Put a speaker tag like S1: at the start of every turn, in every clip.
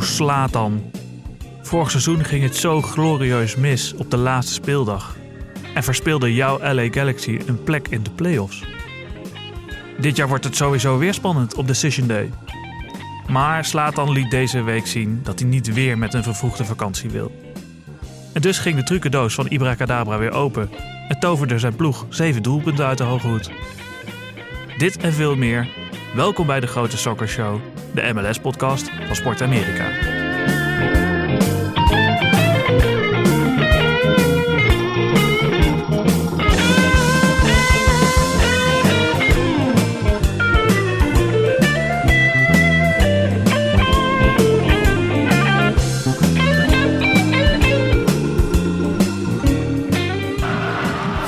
S1: Slatan. Vorig seizoen ging het zo glorieus mis op de laatste speeldag. En verspeelde jouw LA Galaxy een plek in de playoffs. Dit jaar wordt het sowieso weer spannend op Decision Day. Maar Slatan liet deze week zien dat hij niet weer met een vervroegde vakantie wil. En dus ging de trucendoos van Ibracadabra weer open en toverde zijn ploeg zeven doelpunten uit de hoge hoed. Dit en veel meer. Welkom bij de Grote Soccer Show, de MLS-podcast van Sport Amerika.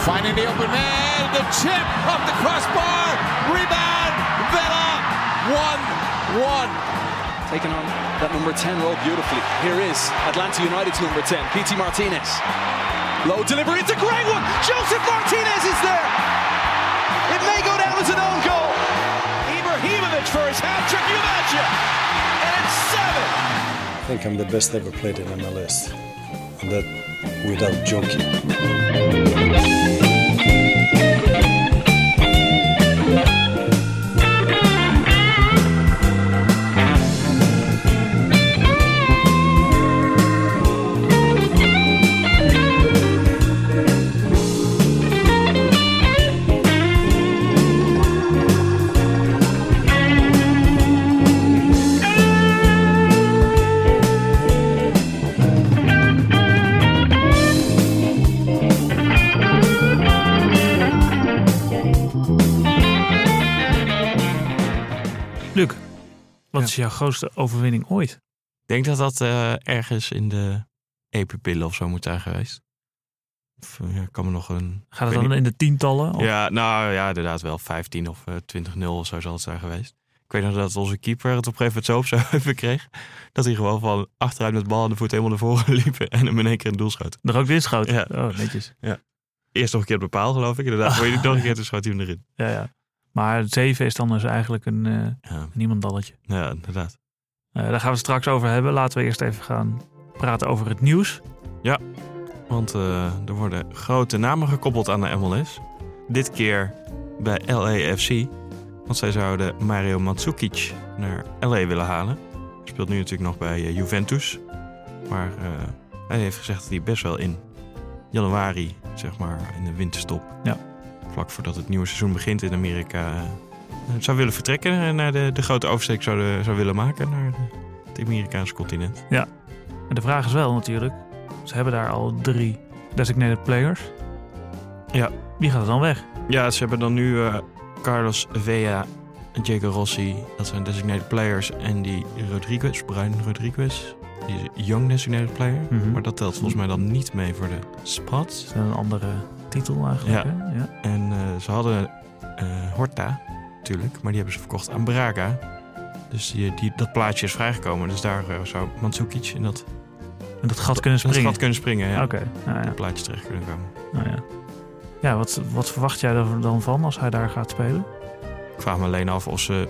S2: Finding the open man, the chip off the crossbar, rebound, Vela, 1 1.
S3: taking on that number 10 role beautifully. Here is Atlanta United's number 10, PT Martinez. Low delivery, it's a great one! Joseph Martinez is there! It may go down as an own goal. Ibrahimovic for his hat trick, you imagine? And it's seven!
S4: I think I'm the best ever played in MLS. And that without joking.
S1: Luc, wat is jouw grootste overwinning ooit?
S5: Ik denk dat dat eh, ergens in de EPP of zo moet zijn geweest. Of, eh, ja, ik kan me nog een.
S1: Gaat
S5: ik
S1: het
S5: weet
S1: dan
S5: niet-
S1: in de tientallen? Of-
S5: Ja, nou ja, inderdaad wel 15 of eh, 20-0 of zo zal het zijn geweest. Ik weet nog dat onze keeper het op een gegeven moment zo op zijn heupen kreeg. Dat hij gewoon van achteruit met bal aan de voet helemaal naar voren liep en hem in één keer in het doel schoot.
S1: Er ook weer schoot?
S5: Ja.
S1: Oh, netjes.
S5: Eerst nog een keer op de paal, geloof ik. Inderdaad, voor je nog een keer, toen schoot hij hem erin.
S1: Ja, ja. Maar zeven is dan dus eigenlijk een eh,
S5: Ja,
S1: niemandalletje.
S5: ja inderdaad.
S1: Eh, daar gaan we het straks over hebben. Laten we eerst even gaan praten over het nieuws.
S5: Want eh, er worden grote namen gekoppeld aan de MLS. Dit keer bij LAFC. Want zij zouden Mario Mandzukic naar LA willen halen. Hij speelt nu natuurlijk nog bij eh, Juventus. Maar eh, hij heeft gezegd dat hij best wel in januari, zeg maar, in de winterstop.
S1: Ja.
S5: Vlak voordat het nieuwe seizoen begint in Amerika. eh, zou willen vertrekken en naar de, de grote oversteek zou, zou willen maken naar eh, het Amerikaanse continent.
S1: En de vraag is wel natuurlijk, ze hebben daar al drie designated players.
S5: Ja.
S1: Wie gaat er dan weg?
S5: Ja, ze hebben dan nu eh, Carlos Vea en Diego Rossi. Dat zijn designated players. En die Rodriguez, Brian Rodriguez. Die is young designated player.
S1: Mhm.
S5: Maar dat telt volgens mij dan niet mee voor de spots.
S1: Dat is een andere titel eigenlijk.
S5: Ja.
S1: Hè? Ja.
S5: En eh, ze hadden eh, Horta, natuurlijk. Maar die hebben ze verkocht aan Braga. Dus die, die, dat plaatje is vrijgekomen. Dus daar eh, zou Mandzukic in dat,
S1: En dat gat kunnen
S5: dat
S1: springen.
S5: gat kunnen springen. Ja.
S1: Oké, nou ja.
S5: Dat plaatje terecht kunnen komen.
S1: Nou ja. Ja, wat, wat verwacht jij er dan van als hij daar gaat spelen?
S5: Ik vraag me alleen af of ze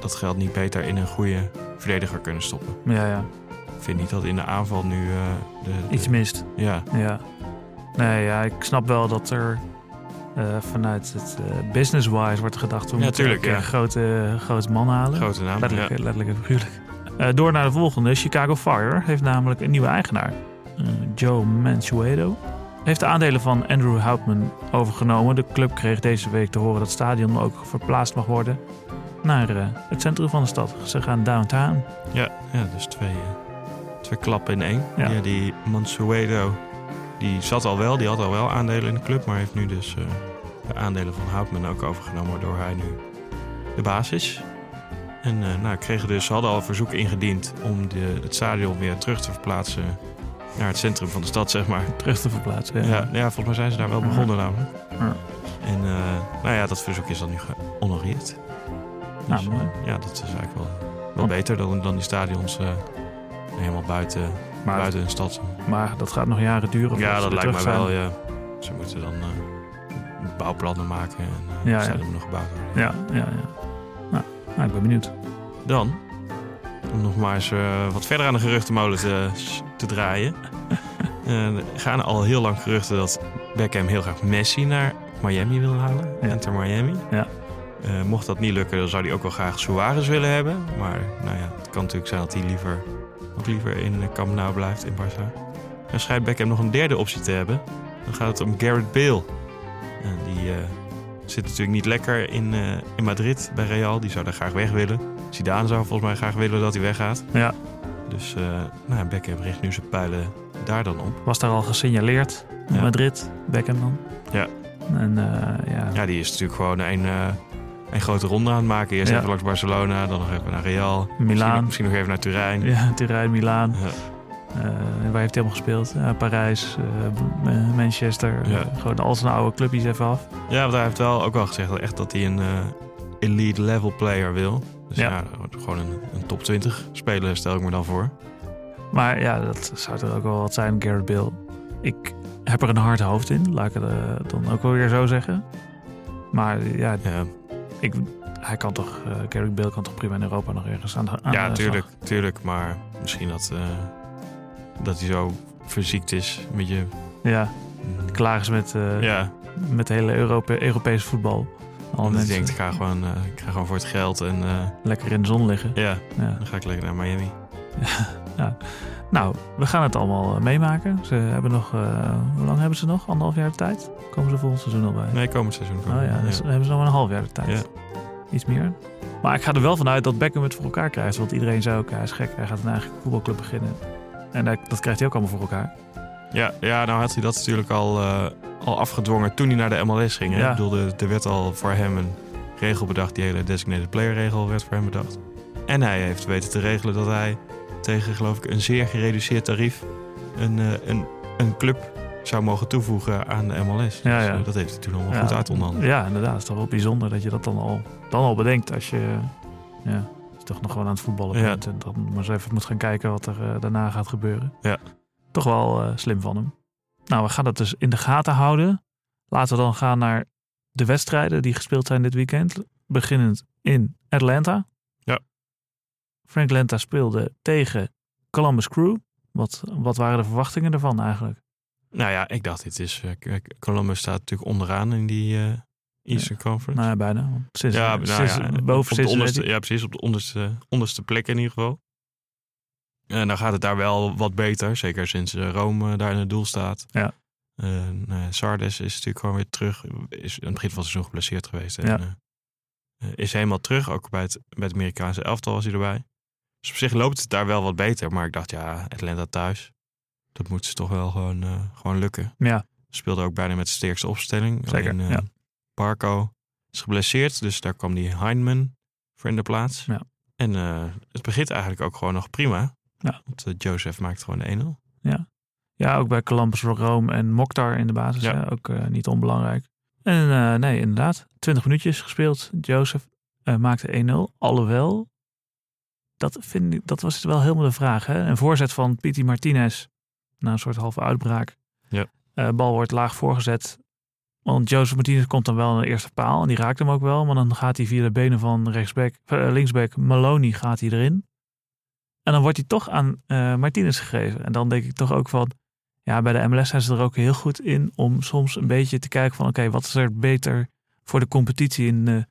S5: dat geld niet beter in een goede verdediger kunnen stoppen.
S1: Ja, ja.
S5: Ik vind niet dat in de aanval nu eh, de, de-
S1: Iets mist.
S5: Ja,
S1: Ja. Nee, ja, ik snap wel dat er eh, vanuit het eh, business-wise wordt gedacht... we
S5: Ja,
S1: moeten
S5: tuurlijk,
S1: ook, eh,
S5: ja.
S1: een grote, grote man halen.
S5: grote naam.
S1: Letterlijk,
S5: Ja.
S1: eh, letterlijk en figuurlijk. Eh, door naar de volgende. Chicago Fire heeft namelijk een nieuwe eigenaar. Eh, Joe Mansueto heeft de aandelen van Andrew Houtman overgenomen. De club kreeg deze week te horen dat het stadion ook verplaatst mag worden naar eh, het centrum van de stad. Ze gaan downtown.
S5: Ja. ja, dus twee, eh, twee klappen in één.
S1: Ja.
S5: Ja. die Mansueto, die zat al wel, die had al wel aandelen in de club, maar heeft nu dus eh, de aandelen van Houtman ook overgenomen, waardoor hij nu de baas is. En eh nou, kregen dus, ze hadden al een verzoek ingediend om de, het stadion weer terug te verplaatsen naar het centrum van de stad, zeg maar.
S1: Terug te verplaatsen.
S5: Ja, ja, volgens mij zijn ze daar wel
S1: Ja.
S5: begonnen namelijk.
S1: Ja.
S5: En eh, nou ja, dat verzoek is dan nu gehonoreerd.
S1: Nou,
S5: Dus,
S1: mooi.
S5: eh, ja, dat is eigenlijk wel, wel
S1: Want-
S5: beter dan, dan die stadions eh, helemaal buiten,
S1: Maar,
S5: buiten een stad.
S1: maar dat gaat nog jaren duren.
S5: Ja,
S1: voordat
S5: dat
S1: ze
S5: lijkt
S1: terug
S5: mij
S1: zijn.
S5: wel. Ja. Ze moeten dan eh, bouwplannen maken en eh
S1: Ja,
S5: ja,
S1: ja.
S5: nog gebouwd worden.
S1: Ja, ja, ja. Nou, nou, ik ben benieuwd.
S5: Dan Om nog maar eens eh, wat verder aan de geruchtenmolen te, te draaien. Eh, er gaan al heel lang geruchten dat Beckham heel graag Messi naar Miami wil halen.
S1: Ja.
S5: Enter Miami.
S1: Ja.
S5: Eh, mocht dat niet lukken, dan zou hij ook wel graag Suarez willen hebben. Maar nou ja, het kan natuurlijk zijn dat hij liever, ook liever in eh, Camp Nou blijft in Barça. En schijnt Beckham nog een derde optie te hebben. Dan gaat het om Garrett Bale. En die eh, zit natuurlijk niet lekker in, eh, in Madrid bij Real. Die zou daar graag weg willen. Zidane zou volgens mij graag willen dat hij weggaat.
S1: Ja.
S5: Dus eh nou, ja, Beckham richt nu zijn pijlen daar dan op.
S1: Was daar al gesignaleerd.
S5: Ja.
S1: Madrid, Beckham dan.
S5: Ja.
S1: En eh, ja.
S5: Ja, die is natuurlijk gewoon een, eh, een grote ronde aan het maken. Eerst
S1: Ja.
S5: even langs Barcelona, dan nog even naar Real. Misschien,
S1: Milaan.
S5: misschien nog even naar Turijn.
S1: Ja, Turijn, Milaan.
S5: Ja.
S1: Eh, waar heeft hij allemaal gespeeld? Ja, Parijs, eh, B- eh, Manchester.
S5: Ja.
S1: Eh, gewoon al zijn oude clubjes even af.
S5: Ja, want hij heeft wel ook wel gezegd dat, echt dat hij een eh, elite level player wil. Dus ja,
S1: Ja.
S5: gewoon een, een top 20 speler stel ik me dan voor.
S1: Maar ja, dat zou er ook wel wat zijn, Garrett Bill. Ik heb er een hard hoofd in, laat ik het eh, dan ook wel weer zo zeggen. Maar ja,
S5: Ja,
S1: ik, hij kan toch, eh Gareth Bale kan toch prima in Europa nog ergens aan de aan
S5: ja
S1: de slag.
S5: tuurlijk, tuurlijk. Maar misschien dat, eh, dat hij zo verziekt is. Een beetje...
S1: Ja, klaar is met, eh
S5: Ja,
S1: met hele Europe, Europees voetbal. Al
S5: want hij
S1: mensen
S5: denkt, ik ga, gewoon, eh, ik ga gewoon voor het geld. En eh,
S1: lekker in de zon liggen.
S5: ja,
S1: Ja.
S5: dan ga ik lekker naar Miami.
S1: Nou, we gaan het allemaal eh, meemaken. Ze hebben nog, eh, hoe lang hebben ze nog? Anderhalf jaar de tijd? Komen ze volgend seizoen al bij?
S5: Nee, komend seizoen.
S1: Oh ja, dus dan hebben ze nog maar een half jaar de tijd. Iets meer. Maar ik ga er wel vanuit dat Beckham het voor elkaar krijgt. Want iedereen zei ook, hij is gek, hij gaat een eigen voetbalclub beginnen. En hij- dat krijgt hij ook allemaal voor elkaar.
S5: Ja, ja, nou had hij dat natuurlijk al, eh, al afgedwongen toen hij naar de MLS ging. Hè?
S1: Ja.
S5: Ik bedoel, er- er werd al voor hem een regel bedacht. Die hele designated player regel werd voor hem bedacht. En hij heeft weten te regelen dat hij tegen, geloof ik, een zeer gereduceerd tarief... een, eh, een, een club zou mogen toevoegen aan de MLS.
S1: Ja,
S5: dus,
S1: ja.
S5: eh, dat heeft hij toen allemaal
S1: Ja.
S5: goed uit onderhandeld.
S1: Ja, inderdaad. Het is toch wel bijzonder dat je dat dan al, dan al bedenkt als je, ja, als je toch nog gewoon aan het voetballen
S5: Ja.
S1: bent. En dan maar eens even moet gaan kijken wat er eh, daarna gaat gebeuren.
S5: Ja.
S1: Toch wel eh, slim van hem. Nou, we gaan dat dus in de gaten houden. Laten we dan gaan naar de wedstrijden die gespeeld zijn dit weekend. Beginnend in Atlanta.
S5: Ja.
S1: Frank Lenta speelde tegen Columbus Crew. Wat, wat waren de verwachtingen daarvan eigenlijk?
S5: Nou ja, ik dacht, dit is... eh, kijk, Columbus staat natuurlijk onderaan in die eh, Eastern Conference.
S1: Nou ja, bijna. want Sinds,
S5: Ja, nou
S1: sinds,
S5: ja,
S1: dus boven
S5: op de
S1: sinds
S5: onderste, ja, precies. Op de onderste, onderste plek in ieder geval. En dan gaat het daar wel wat beter. Zeker sinds eh, Rome eh, daar in het doel staat.
S1: Ja.
S5: Eh, nou ja, Sardes is natuurlijk gewoon weer terug. Is aan het begin van het seizoen geblesseerd geweest. En,
S1: Ja.
S5: eh, eh, is helemaal terug. Ook bij het, bij het Amerikaanse elftal was hij erbij. Dus op zich loopt het daar wel wat beter. Maar ik dacht, ja, Atlanta thuis. Dat moet ze toch wel gewoon, eh, gewoon lukken.
S1: Ja.
S5: Speelde ook bijna met de sterkste opstelling.
S1: Zeker,
S5: Alleen, eh,
S1: ja.
S5: Barco is geblesseerd, dus daar kwam die Heineman voor in de plaats.
S1: Ja.
S5: En eh, het begint eigenlijk ook gewoon nog prima.
S1: Ja.
S5: Want eh, Joseph maakt gewoon de 1-0.
S1: Ja, ook bij Columbus Rome en Mokhtar in de basis.
S5: Ja.
S1: Hè? Ook eh, niet onbelangrijk. En eh, nee, inderdaad. 20 minuutjes gespeeld. Joseph eh, maakte 1-0. Alhoewel, dat, vind ik, dat was wel helemaal de vraag. Hè? Een voorzet van Piti Martinez na een soort halve uitbraak.
S5: Ja.
S1: Eh, bal wordt laag voorgezet. Want Joseph Martinez komt dan wel aan de eerste paal. En die raakt hem ook wel. Maar dan gaat hij via de benen van rechtsback, eh, linksback Maloney gaat hij erin. En dan wordt hij toch aan eh Martinez gegeven. En dan denk ik toch ook van... Ja, bij de MLS zijn ze er ook heel goed in om soms een beetje te kijken van... Oké, wat is er beter voor de competitie in, eh,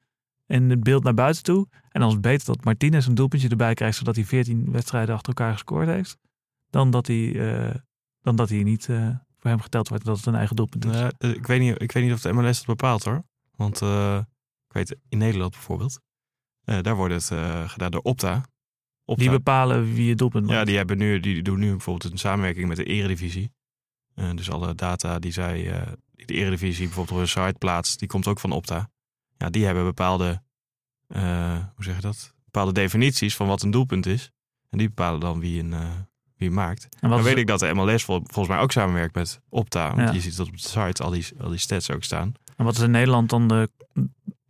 S1: in het beeld naar buiten toe? En dan is het beter dat Martinez een doelpuntje erbij krijgt... zodat hij 14 wedstrijden achter elkaar gescoord heeft... dan dat hij, eh, dan dat hij niet eh, voor hem geteld wordt dat het een eigen doelpunt is.
S5: Eh, eh, ik, weet niet, ik weet niet of de MLS dat bepaalt hoor. Want eh, ik weet, in Nederland bijvoorbeeld, eh, daar wordt het eh, gedaan door Opta. Opta.
S1: Die bepalen wie je doelpunt maakt.
S5: Ja, die, hebben nu, die doen nu bijvoorbeeld een samenwerking met de Eredivisie. Eh, dus alle data die zij, eh, die de Eredivisie bijvoorbeeld op hun site plaatst, die komt ook van Opta. Ja, die hebben bepaalde, eh, hoe zeg je dat? Bepaalde definities van wat een doelpunt is. En die bepalen dan wie een, eh, wie maakt.
S1: en wat
S5: Dan
S1: is-
S5: weet ik dat de MLS vol- volgens mij ook samenwerkt met Opta. Want
S1: Ja.
S5: je ziet dat op de site al die, al die stats ook staan.
S1: En wat is in Nederland dan de,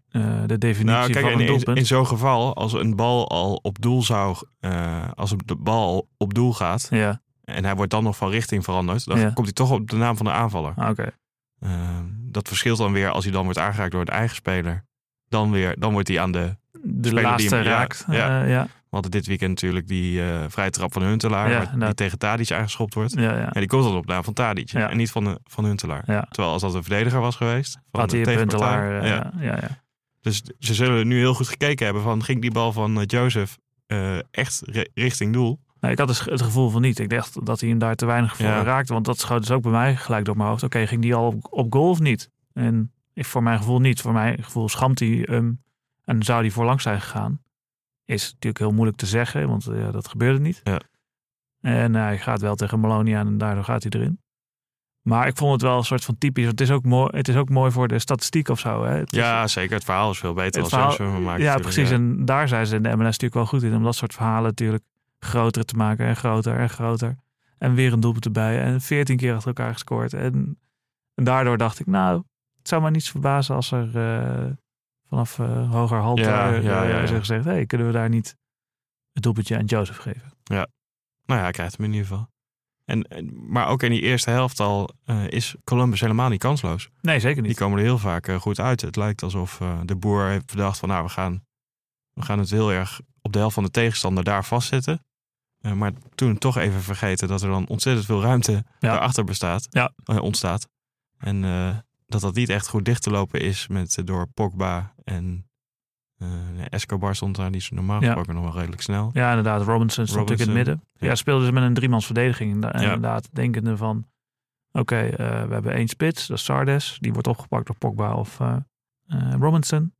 S1: eh, de definitie
S5: Nou, kijk,
S1: van een
S5: in, in,
S1: doelpunt?
S5: in zo'n geval, als een bal al op doel zou, eh, als de bal op doel gaat,
S1: Ja,
S5: en hij wordt dan nog van richting veranderd, dan
S1: Ja.
S5: komt hij toch op de naam van de aanvaller.
S1: ah, oké.
S5: Eh, dat verschilt dan weer als hij dan wordt aangeraakt door een eigen speler. Dan, weer, dan wordt hij aan de
S1: De
S5: Speler die
S1: laatste
S5: hem- ja,
S1: raakt.
S5: ja.
S1: eh, ja.
S5: hadden dit weekend natuurlijk die eh vrije trap van Huntelaar.
S1: Ja,
S5: waar- die
S1: inderdaad.
S5: tegen Tadic aangeschopt wordt.
S1: Ja, ja.
S5: En die komt dan op naam van Tadic.
S1: Ja.
S5: En niet van, de, van Huntelaar.
S1: Ja.
S5: Terwijl als dat een verdediger was geweest. Van
S1: Had
S5: de
S1: hij een
S5: tegenpartij-
S1: puntelaar. eh,
S5: ja.
S1: ja. Ja, ja.
S5: Dus ze zullen nu heel goed gekeken hebben van... ging die bal van eh, Joseph eh, echt ri- richting doel?
S1: Nou, ik had dus het gevoel van niet. Ik dacht dat hij hem daar te weinig voor
S5: Ja.
S1: raakte. Want dat schoot dus ook bij mij gelijk door mijn hoofd. Oké, ging die al op, op goal of niet? En ik, voor mijn gevoel niet. Voor mijn gevoel schamt hij hem. En zou hij voorlangs zijn gegaan? Is natuurlijk heel moeilijk te zeggen, want eh, ja, dat gebeurde niet.
S5: Ja.
S1: En eh, hij gaat wel tegen Maloney aan en daardoor gaat hij erin. Maar ik vond het wel een soort van typisch. Het is ook mooi, het is ook mooi voor de statistiek of zo. Hè? Het is-
S5: Ja, zeker. Het verhaal is veel beter
S1: het
S5: als
S1: verhaal-
S5: Joseph hem maakt.
S1: ja,
S5: natuurlijk.
S1: precies. En daar zijn ze in de MLS natuurlijk wel goed in. Om dat soort verhalen natuurlijk groter te maken. En groter en groter. En weer een doelpunt erbij. En veertien keer achter elkaar gescoord. En, en daardoor dacht ik, nou, het zou mij niets verbazen als er eh, vanaf eh, hoger halte
S5: Ja,
S1: eh,
S5: ja, ja,
S1: eh, is er
S5: ja.
S1: gezegd, hey, kunnen we daar niet het doelpuntje aan Joseph geven?
S5: Nou ja, hij krijgt hem in ieder geval. En, en- maar ook in die eerste helft al eh, is Columbus helemaal niet kansloos.
S1: Nee, zeker
S5: Die
S1: niet.
S5: komen er heel vaak eh, goed uit. Het lijkt alsof eh, de boer heeft bedacht van... nou, we gaan, we gaan het heel erg op de helft van de tegenstander daar vastzetten. Eh, maar toen toch even vergeten dat er dan ontzettend veel ruimte daarachter bestaat,
S1: Ja.
S5: eh, ontstaat. En eh, dat dat niet echt goed dicht te lopen is met, eh, door Pogba en eh, Escobar stond daar. Die is normaal
S1: Ja.
S5: gesproken nog wel redelijk snel.
S1: Ja, inderdaad. Robinson stond natuurlijk in het midden.
S5: Robinson,
S1: Ja,
S5: ja.
S1: speelde ze met een driemans verdediging. Inderdaad,
S5: Ja.
S1: inderdaad denkende van... Oké, eh, we hebben één spits, dat is Sardes. Die wordt opgepakt door Pogba of eh, eh, Robinson.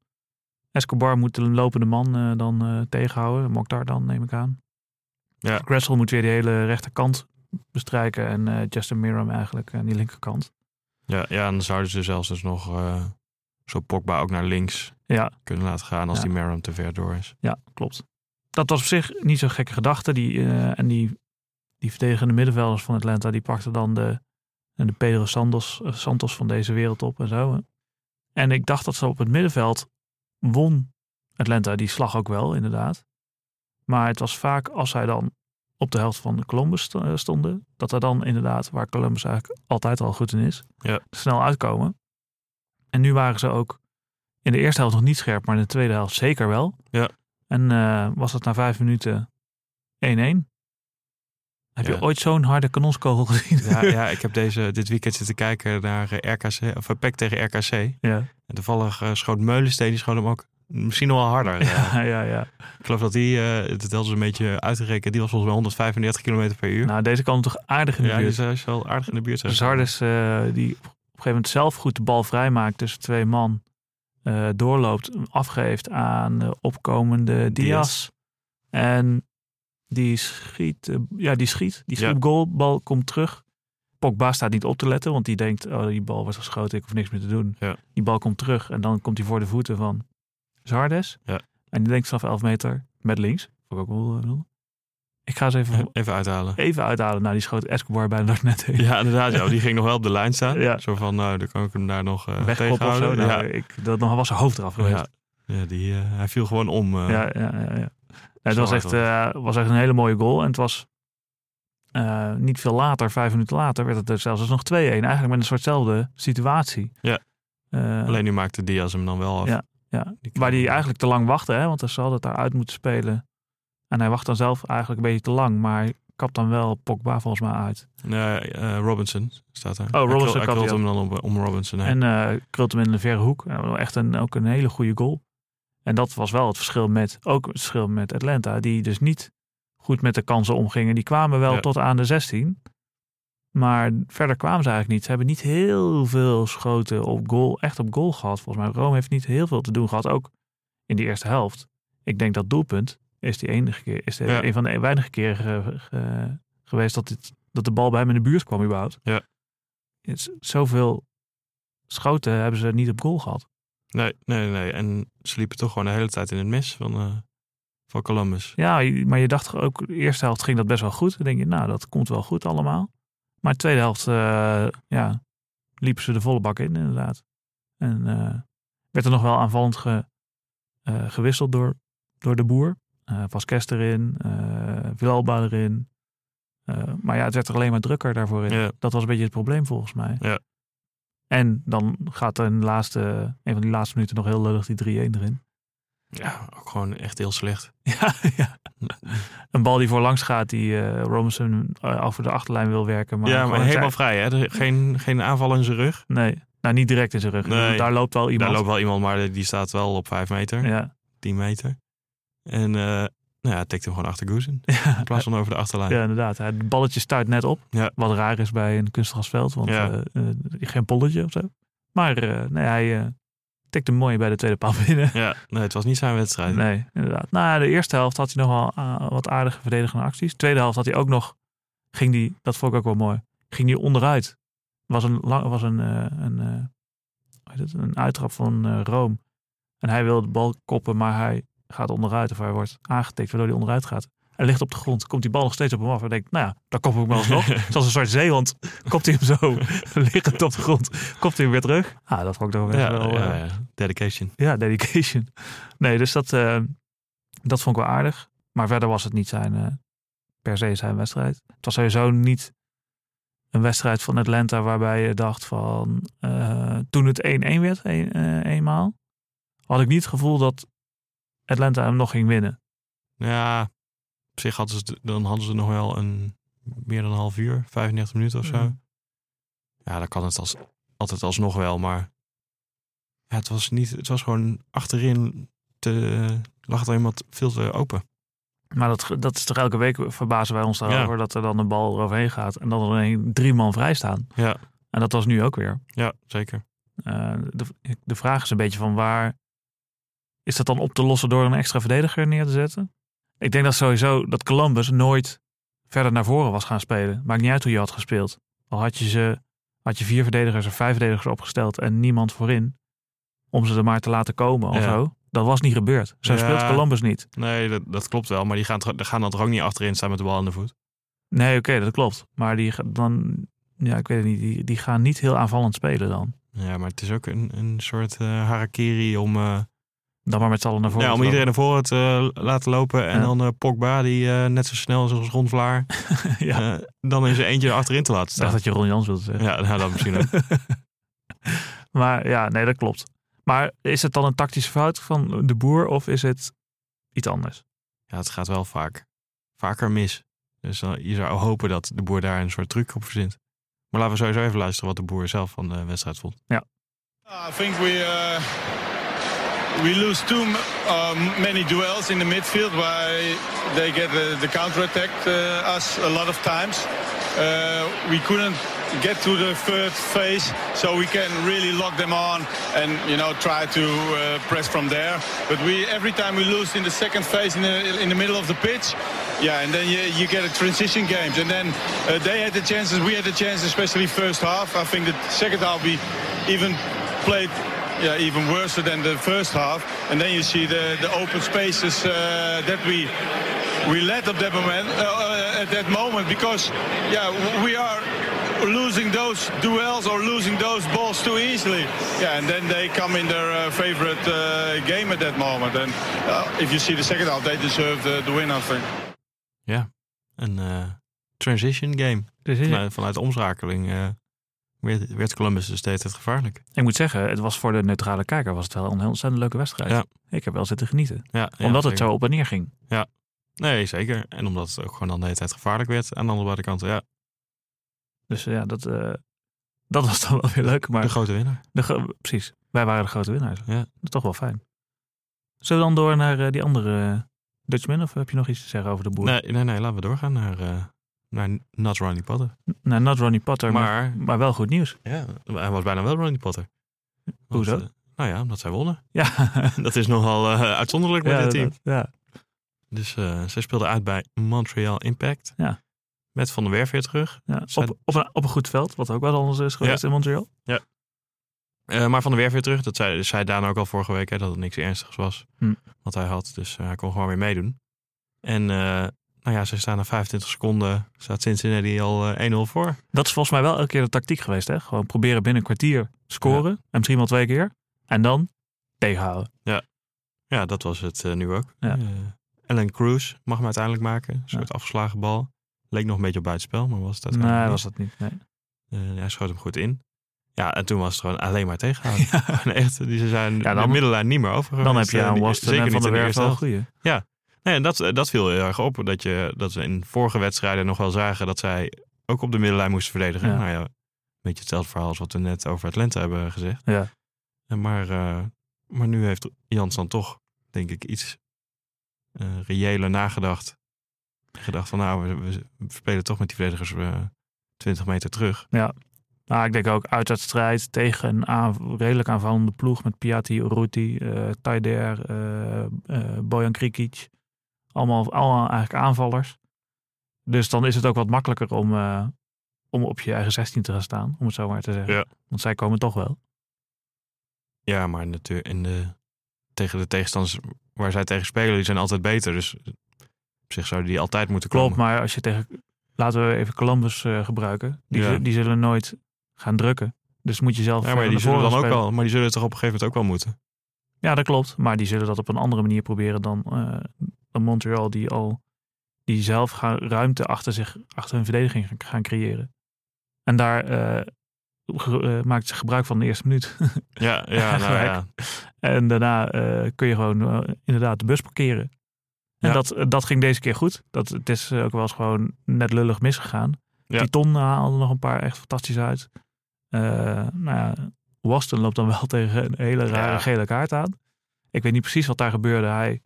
S1: Escobar moet de lopende man eh, dan eh, tegenhouden. Mokhtar dan, neem ik aan.
S5: Ja.
S1: Gressel moet weer die hele rechterkant bestrijken. En eh, Justin Miram eigenlijk aan die linkerkant.
S5: Ja, ja, en dan zouden ze zelfs dus nog eh, zo Pogba ook naar links
S1: Ja,
S5: kunnen laten gaan als
S1: Ja.
S5: die Merrim te ver door is.
S1: Ja, klopt. Dat was op zich niet zo'n gekke gedachte. Die, eh, en die, die verdedigende middenvelders van Atlanta, die pakten dan de, en de Pedro Santos, eh, Santos van deze wereld op en zo. En ik dacht dat ze op het middenveld won Atlanta die slag ook wel, inderdaad. Maar het was vaak als zij dan op de helft van Columbus st- eh, stonden, dat er dan inderdaad, waar Columbus eigenlijk altijd al goed in is,
S5: Ja.
S1: snel uitkomen. En nu waren ze ook in de eerste helft nog niet scherp, maar in de tweede helft zeker wel. En eh, was dat na vijf minuten 1-1? Heb
S5: Ja.
S1: je ooit zo'n harde kanonskogel gezien?
S5: Ja, ja ik heb deze, dit weekend zitten kijken naar eh, RKC, of eh, PEC tegen RKC.
S1: ja.
S5: En toevallig eh, schoot Meulensteen, die schoot hem ook misschien nog wel harder. eh.
S1: ja, ja, ja.
S5: Ik geloof dat die, eh dat hadden ze een beetje uitgerekend, die was volgens mij 135 km per uur.
S1: Nou, deze kwam toch aardig in de
S5: ja, die
S1: buurt.
S5: is, eh, is wel aardig in de buurt.
S1: Dus
S5: zeg.
S1: Hardes, eh, die op een gegeven moment zelf goed de bal vrijmaakt tussen twee man, eh, doorloopt, hem afgeeft aan de opkomende Diaz.
S5: Diaz.
S1: En die schiet, eh, ja, die schiet. Die schiet
S5: Ja.
S1: op goal, bal komt terug. Pogba staat niet op te letten, want die denkt, oh, die bal wordt geschoten, ik hoef niks meer te doen.
S5: Ja.
S1: Die bal komt terug en dan komt hij voor de voeten van Zardes.
S5: Ja.
S1: En die denkt vanaf 11 meter met links. Vond ik ook wel, eh, wel. Ik ga ze even,
S5: Even uithalen.
S1: even uithalen. Nou, die schoot Escobar bijna door het net heen.
S5: Ja, inderdaad. Ja, die ging nog wel op de lijn staan.
S1: Ja.
S5: Zo van, nou, dan kan ik hem daar nog eh
S1: wegkoppen of zo.
S5: tegenhouden.
S1: Nou,
S5: ja.
S1: ik, dat dan was zijn hoofd eraf geweest.
S5: Ja. Ja, die, eh, hij viel gewoon om. eh.
S1: Ja, ja, ja. ja, Het
S5: Zo
S1: was
S5: hard
S1: echt, eh, was echt een hele mooie goal. En het was eh, niet veel later, vijf minuten later, werd het er zelfs nog 2-1. Eigenlijk met een soortzelfde situatie.
S5: Ja.
S1: Eh,
S5: Alleen nu maakte Diaz hem dan wel af.
S1: Ja, ja.
S5: Die
S1: waar hij eigenlijk te lang wachtte, hè, want hij zal dat daaruit moeten spelen. En hij wacht dan zelf eigenlijk een beetje te lang, maar kapt dan wel Pogba volgens mij uit.
S5: Nee, eh, Robinson staat daar.
S1: Oh, Robinson
S5: Hij krul-
S1: kan
S5: Hij krult
S1: die
S5: hem dan om, om Robinson heen.
S1: En eh krult hem in de verre hoek. Nou, echt een, ook een hele goede goal. En dat was wel het verschil met, ook het verschil met Atlanta. Die dus niet goed met de kansen omgingen. Die kwamen wel
S5: Ja.
S1: tot aan de 16. Maar verder kwamen ze eigenlijk niet. Ze hebben niet heel veel schoten op goal, echt op goal gehad. Volgens mij Rome heeft niet heel veel te doen gehad. Ook in die eerste helft. Ik denk dat doelpunt is, die enige keer, is de-
S5: Ja.
S1: een van de weinige keren ge- ge- geweest dat, dit, dat de bal bij hem in de buurt kwam überhaupt.
S5: Ja.
S1: Het is Zoveel schoten hebben ze niet op goal gehad.
S5: Nee, nee, nee. En ze liepen toch gewoon de hele tijd in het mes van, eh, van Columbus.
S1: Ja, maar je dacht ook, de eerste helft ging dat best wel goed. Dan denk je, nou, dat komt wel goed allemaal. Maar de tweede helft, eh, ja, liepen ze de volle bak in inderdaad. En eh, werd er nog wel aanvallend ge- eh, gewisseld door, door de boer. Eh Vasquez erin, eh Villalba erin. Eh, maar ja, het werd er alleen maar drukker daarvoor in.
S5: Ja.
S1: Dat was een beetje het probleem volgens mij.
S5: Ja.
S1: En dan gaat er in de laatste, een van die laatste minuten nog heel lullig die 3-1 erin.
S5: Ja, ook gewoon echt heel slecht.
S1: Ja, ja. Een bal die voorlangs gaat, die eh Robinson eh, over de achterlijn wil werken. Maar
S5: ja,
S1: gewoon
S5: maar
S1: het
S5: helemaal
S1: zij-
S5: vrij. Hè? Er- geen, geen aanval in zijn rug.
S1: Nee, nou niet direct in zijn rug.
S5: Nee.
S1: Daar loopt wel iemand.
S5: Daar loopt wel iemand, maar die staat wel op 5 meter,
S1: Ja.
S5: 10 meter. En eh nou ja, tikt hem gewoon achter Goes in. In plaats van over de achterlijn.
S1: ja, inderdaad. Hij- Het balletje stuit net op.
S5: Ja.
S1: Wat raar is bij een kunstgrasveld, want
S5: Ja.
S1: eh, eh, geen polletje of zo. Maar eh, nee, hij eh tikt hem mooi bij de tweede paal binnen.
S5: Ja, nee, het was niet zijn wedstrijd.
S1: Nee, inderdaad. Nou, de eerste helft had hij nogal ah, wat aardige verdedigende acties. tweede helft had hij ook nog, ging die, dat vond ik ook wel mooi, ging die onderuit. Was een, lang, was een, eh, een, eh, hoe heet het, een uittrap van eh Room. En hij wil de bal koppen, maar hij gaat onderuit. Of hij wordt aangetikt, waardoor hij onderuit gaat. Hij ligt op de grond, komt die bal nog steeds op hem af. Hij denkt, nou ja, dan kop ik hem alsnog. Zoals een soort zeehond, kopt hij hem zo liggend op de grond. Kopt hij hem weer terug. Ah, dat vond ik toch
S5: Ja,
S1: echt wel... eh,
S5: ja, ja. dedication.
S1: ja, dedication. Nee, dus dat, eh, dat vond ik wel aardig. Maar verder was het niet zijn, eh, per se zijn wedstrijd. Het was sowieso niet een wedstrijd van Atlanta waarbij je dacht van... eh, toen het 1-1 werd, een, eh, eenmaal, had ik niet het gevoel dat Atlanta hem nog ging winnen.
S5: Ja, op zich hadden ze, dan hadden ze nog wel een, meer dan een half uur, 35 minuten of zo.
S1: Mm.
S5: Ja, dan kan het als, altijd alsnog wel, maar ja, het, was niet, het was gewoon achterin te, lag er iemand veel te open.
S1: Maar dat, dat is toch elke week verbazen wij ons daarover...
S5: Ja.
S1: dat er dan een bal eroverheen gaat en dat er ineens drie man vrij staan.
S5: Ja.
S1: En dat was nu ook weer.
S5: Ja, zeker.
S1: Eh, de, de vraag is een beetje van waar is dat dan op te lossen door een extra verdediger neer te zetten? Ik denk dat sowieso dat Columbus nooit verder naar voren was gaan spelen. Maakt niet uit hoe je had gespeeld. Al had je, ze, had je vier verdedigers of vijf verdedigers opgesteld en niemand voorin om ze er maar te laten komen of
S5: Ja.
S1: zo. Dat was niet gebeurd. Zo
S5: Ja.
S1: speelt Columbus niet.
S5: Nee, dat, dat klopt wel, maar die gaan, tr- gaan dan toch ook niet achterin staan met de bal aan de voet.
S1: Nee, oké, dat klopt. Maar die ga- dan, ja, ik weet het niet, die, die gaan niet heel aanvallend spelen dan.
S5: Ja, maar het is ook een, een soort eh, harakiri om, eh,
S1: Dan maar met z'n allen naar voren.
S5: ja, om
S1: te
S5: iedereen naar voren te eh, laten lopen. En
S1: Ja.
S5: dan eh, Pogba, die eh, net zo snel is als een rondvlaar, eh,
S1: lopen. ja, ik
S5: dan in zijn eentje achterin te laten
S1: dacht
S5: staan.
S1: dat je Ron Jans wilde zeggen.
S5: Ja, nou, dat misschien ook.
S1: Maar ja, nee, dat klopt. Maar is het dan een tactische fout van de boer of is het iets anders?
S5: Ja, het gaat wel vaak, vaker mis. Dus dan, je zou hopen dat de boer daar een soort truc op verzint. Maar laten we sowieso even luisteren wat de boer zelf van de wedstrijd vond.
S6: I think we uh, we lose too m- um, many duels in the midfield where they get uh, the counter attack uh, us a lot of times. Uh, we couldn't get to the third phase, so we can really lock them on and you know try to uh, press from there. But we every time we lose in the second phase in the in the middle of the pitch, yeah, and then you, you get a transition games, and then uh, they had the chances, we had the chances, especially first half. I think the second half we even played yeah, even worse than the first half. And then you see the, the open spaces uh, that we we let at that moment uh, at that moment because yeah w- we are losing those duels or losing those balls too easily. Yeah, and then they come in their uh, favorite uh, game at that moment. And uh, if you see the second half, they deserve the, the win. I think.
S5: Ja, een eh, transition game.
S1: Dus is-
S5: Vanuit, vanuit de omschakeling eh, werd, werd Columbus dus steeds het gevaarlijk.
S1: Ik moet zeggen, het was voor de neutrale kijker was het wel een heel ontzettend leuke wedstrijd.
S5: Ja.
S1: Ik heb wel zitten genieten.
S5: Ja, ja,
S1: Omdat het
S5: zeker.
S1: zo op en neer ging.
S5: Nee, zeker. En omdat het ook gewoon dan de hele tijd gevaarlijk werd. Aan de andere kant, ja,
S1: Dus eh, ja, dat, eh, dat was dan wel weer leuk. Maar
S5: de grote winnaar.
S1: de gro- precies, wij waren de grote winnaars.
S5: Ja.
S1: Dat is toch wel fijn. Zullen we dan door naar eh, die andere eh, Dutchman? Of heb je nog iets te zeggen over de boer?
S5: Nee, nee, nee, laten we doorgaan naar, eh naar not Ronnie Potter.
S1: Nou, not Ronnie Potter, maar,
S5: Maar
S1: maar wel goed nieuws.
S5: ja, hij was bijna wel Ronnie Potter. Want,
S1: Hoezo?
S5: eh, nou ja, omdat zij wonnen.
S1: Ja,
S5: Dat is nogal eh, uitzonderlijk met
S1: ja,
S5: dit team.
S1: dat- ja.
S5: Dus eh, zij speelde uit bij Montreal Impact.
S1: Ja.
S5: Met Van der Werf weer terug.
S1: Ja,
S5: Zijn-
S1: op, op, een, op een goed veld, wat ook wel anders is geweest in Montreal.
S5: Eh, maar Van der Werf weer terug. Dat zei, zei Daan ook al vorige week. Hè, dat het niks ernstigs was.
S1: Hm.
S5: Wat hij had. Dus eh, hij kon gewoon weer meedoen. En eh, nou ja, ze staan na 25 seconden. Staat Cincinnati al eh, 1-0 voor.
S1: Dat is volgens mij wel elke keer de tactiek geweest. Hè? Gewoon proberen binnen een kwartier scoren. En misschien wel twee keer. En dan tegenhouden.
S5: Ja, dat was het eh, nu ook.
S1: Ja.
S5: Eh, Alan Cruz mag hem uiteindelijk maken. Een
S1: Ja.
S5: soort afgeslagen bal. Leek nog een beetje op buitenspel. Maar was het
S1: Nee,
S5: uiteindelijk niet.
S1: was dat niet. Nee.
S5: Eh, hij schoot hem goed in. Ja, en toen was het gewoon alleen maar tegenhouden. Gewoon Echt, die ze zijn
S1: Ja,
S5: de
S1: dan-
S5: middenlijn niet meer over
S1: Dan heb
S5: geweest.
S1: je
S5: Eh,
S1: aan
S5: die-
S1: Waston
S5: zeker
S1: en Van
S5: niet
S1: der
S5: in de
S1: Werf
S5: eerste
S1: wel een
S5: helft.
S1: goeie.
S5: Nee, en dat, eh, dat viel heel erg op. Dat, je, dat ze in vorige wedstrijden nog wel zagen dat zij ook op de middenlijn moesten verdedigen.
S1: Ja.
S5: Nou ja, een beetje hetzelfde verhaal als wat we net over Atlanta hebben gezegd.
S1: Ja.
S5: En Maar, eh, maar nu heeft Jans dan toch, denk ik, iets eh reëler nagedacht. Gedacht van, nou, we, we spelen toch met die verdedigers eh 20 meter terug.
S1: Maar Nou, ik denk ook uit dat strijd tegen een aan- redelijk aanvallende ploeg met Piatti, Ruti, eh Taider, eh, eh, Bojan Krikic. Allemaal, allemaal eigenlijk aanvallers. Dus dan is het ook wat makkelijker om, eh, om op je eigen 16 te gaan staan, om het zo maar te zeggen.
S5: Ja.
S1: Want zij komen toch wel.
S5: Ja, maar natuurlijk in de, tegen de tegenstanders waar zij tegen spelen, die zijn altijd beter. Dus op zich zouden die altijd moeten komen.
S1: Klopt, maar als je tegen. Laten we even Columbus eh, gebruiken. Die,
S5: Ja.
S1: zu- die zullen nooit gaan drukken. Dus moet je zelf.
S5: Ja,
S1: ver
S5: maar die
S1: naar
S5: zullen
S1: voren
S5: dan ook
S1: spelen.
S5: wel, maar die zullen toch op een gegeven moment ook wel moeten.
S1: Ja, dat klopt. Maar die zullen dat op een andere manier proberen dan, eh, dan Montreal, die al die zelf gaan, ruimte achter, zich, achter hun verdediging gaan, gaan creëren. En daar eh, ge- eh, maakt ze gebruik van de eerste minuut.
S5: Ja, ja, nou
S1: Gelijk.
S5: ja.
S1: en daarna eh, kun je gewoon eh, inderdaad de bus parkeren. En
S5: Ja.
S1: dat, eh, dat ging deze keer goed. Dat, het is eh, ook wel eens gewoon net lullig misgegaan.
S5: Ja.
S1: Die ton haalde nog een paar echt fantastisch uit. Eh, nou ja, Waston loopt dan wel tegen een hele rare
S5: Ja.
S1: gele kaart aan. Ik weet niet precies wat daar gebeurde. Hij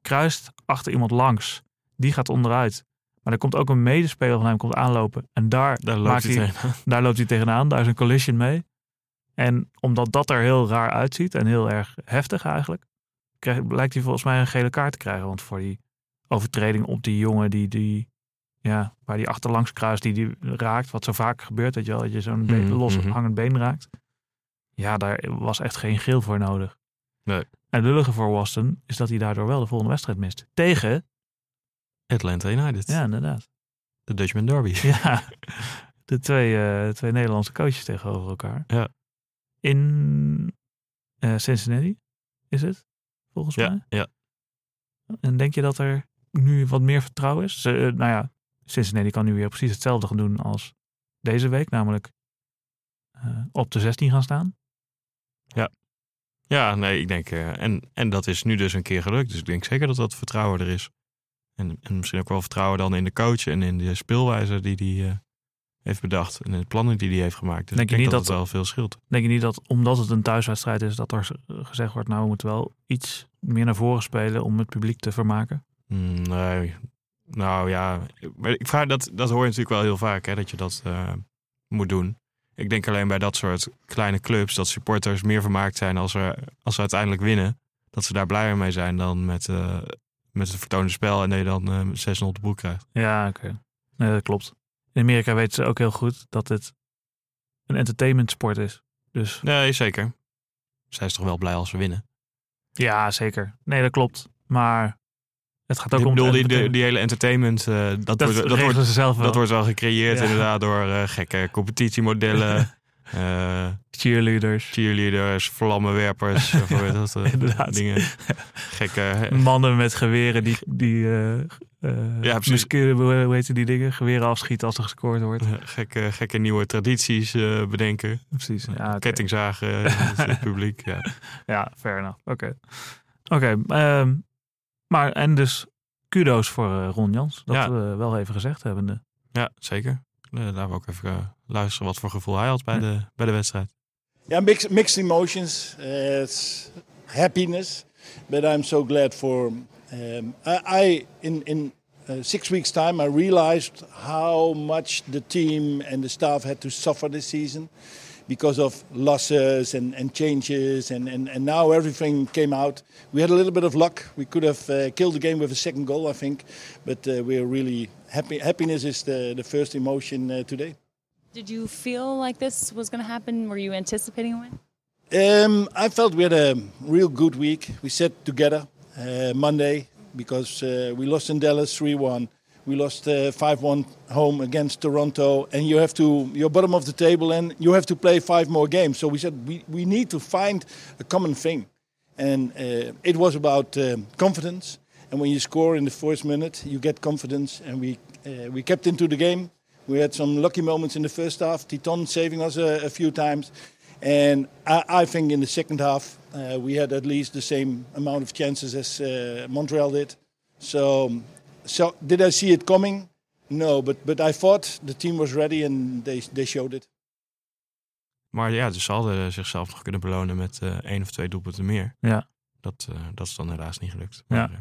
S1: kruist achter iemand langs. Die gaat onderuit. Maar er komt ook een medespeler van hem komt aanlopen. En daar,
S5: Daar
S1: maakt
S5: loopt hij
S1: hij,
S5: tegen.
S1: daar loopt hij tegenaan. Daar is een collision mee. En omdat dat er heel raar uitziet en heel erg heftig eigenlijk, krijgt, blijkt hij volgens mij een gele kaart te krijgen. Want voor die overtreding op die jongen die, die ja, waar die achterlangs kruist, die die raakt, wat zo vaak gebeurt, weet je wel, dat je zo'n been-
S5: Mhm,
S1: los
S5: mhm.
S1: hangend been raakt. Ja, daar was echt geen geel voor nodig.
S5: Nee.
S1: En het lullige voor Waston is dat hij daardoor wel de volgende wedstrijd mist. Tegen,
S5: Atlanta United.
S1: ja inderdaad,
S5: De Dutchman Derby.
S1: ja, de twee, eh, twee Nederlandse coaches tegenover elkaar.
S5: Ja.
S1: In eh, Cincinnati is het, volgens mij.
S5: Ja, ja.
S1: En denk je dat er nu wat meer vertrouwen is? Ze, eh, nou ja, Cincinnati kan nu weer precies hetzelfde gaan doen als deze week. Namelijk eh, op de 16 gaan staan.
S5: Ja, nee, ik denk. eh, en, en dat is nu dus een keer gelukt. Dus ik denk zeker dat dat vertrouwen er is. En, en misschien ook wel vertrouwen dan in de coach en in de speelwijze die hij heeft bedacht. En in de plannen die hij heeft gemaakt. Dus
S1: Denk
S5: ik
S1: je
S5: denk
S1: niet
S5: dat, het wel veel scheelt.
S1: Denk je niet dat omdat het een thuiswedstrijd is, dat er eh, gezegd wordt... nou, we moeten wel iets meer naar voren spelen om het publiek te vermaken?
S5: Mm, nee. Nou ja, maar ik vraag, dat, dat hoor je natuurlijk wel heel vaak, hè, dat je dat eh, moet doen. Ik denk alleen bij dat soort kleine clubs dat supporters meer vermaakt zijn als, er, als ze uiteindelijk winnen. Dat ze daar blijer mee zijn dan met, eh, met het vertoonde spel en dat je dan eh 6-0 op de boek krijgt.
S1: Ja, oké. Nee, dat klopt. In Amerika weten ze ook heel goed dat het een entertainmentsport is. Dus
S5: Nee, zeker. Zij is toch wel blij als ze winnen.
S1: ja, zeker. Nee, dat klopt. Maar het gaat ook
S5: ik
S1: om...
S5: bedoel,
S1: het
S5: die, die,
S1: entertainment.
S5: die hele entertainment, eh, dat,
S1: dat,
S5: wordt, dat,
S1: regelen
S5: wordt,
S1: ze zelf wel.
S5: dat wordt wel gecreëerd
S1: Ja.
S5: inderdaad door eh, gekke competitiemodellen. eh,
S1: cheerleaders.
S5: cheerleaders, vlammenwerpers, of hoe heet dat, eh,
S1: Inderdaad.
S5: dingen. Gekke. eh, hè.
S1: Mannen met geweren die, die eh eh,
S5: Ja, precies.
S1: muskeure- hoe hoe heet die dingen? Geweren afschieten als er gescoord wordt.
S5: Gekke, gekke nieuwe tradities eh, bedenken.
S1: Precies. Ja, oké.
S5: Kettingzagen in het eh, publiek. Ja.
S1: Ja, fair enough. Oké. Oké. ehm, maar en dus kudo's voor eh, Ron Jans. Dat
S5: Ja.
S1: we wel even gezegd hebbende.
S5: ja, zeker. Eh, laten we ook even eh, luisteren wat voor gevoel hij had bij, de, bij de wedstrijd.
S7: Yeah, mixed, mixed emotions. Uh, it's happiness, but I'm so glad for. Um, I, I in in uh, six weeks' time, I realized how much the team and the staff had to suffer this season because of losses and, and changes, and, and, and now everything came out. We had a little bit of luck. We could have uh, killed the game with a second goal, I think, but uh, we're really happy. Happiness is the, the first emotion uh, today.
S8: Did you feel like this was going to happen? Were you anticipating a win?
S7: Um, I felt we had a real good week. We sat together uh, Monday because uh, we lost in Dallas 3 1. We lost uh, 5 1 home against Toronto, and you have to, you're bottom of the table and you have to play five more games. So we said we, we need to find a common thing. And uh, it was about um, confidence. And when you score in the first minute, you get confidence. And we, uh, we kept into the game. We had some lucky moments in the first half, Titon saving us a, a few times. And I, I think in the second half, uh, we had at least the same amount of chances as uh, Montreal did. So, so did I see it coming? No, but, but I thought the team was ready and they, they showed it.
S5: Maar ja, dus ze hadden zichzelf nog kunnen belonen met eh, één of twee doelpunten meer.
S1: Ja.
S5: Dat, eh, dat is dan helaas niet gelukt.
S1: Ja.
S5: Maar, eh,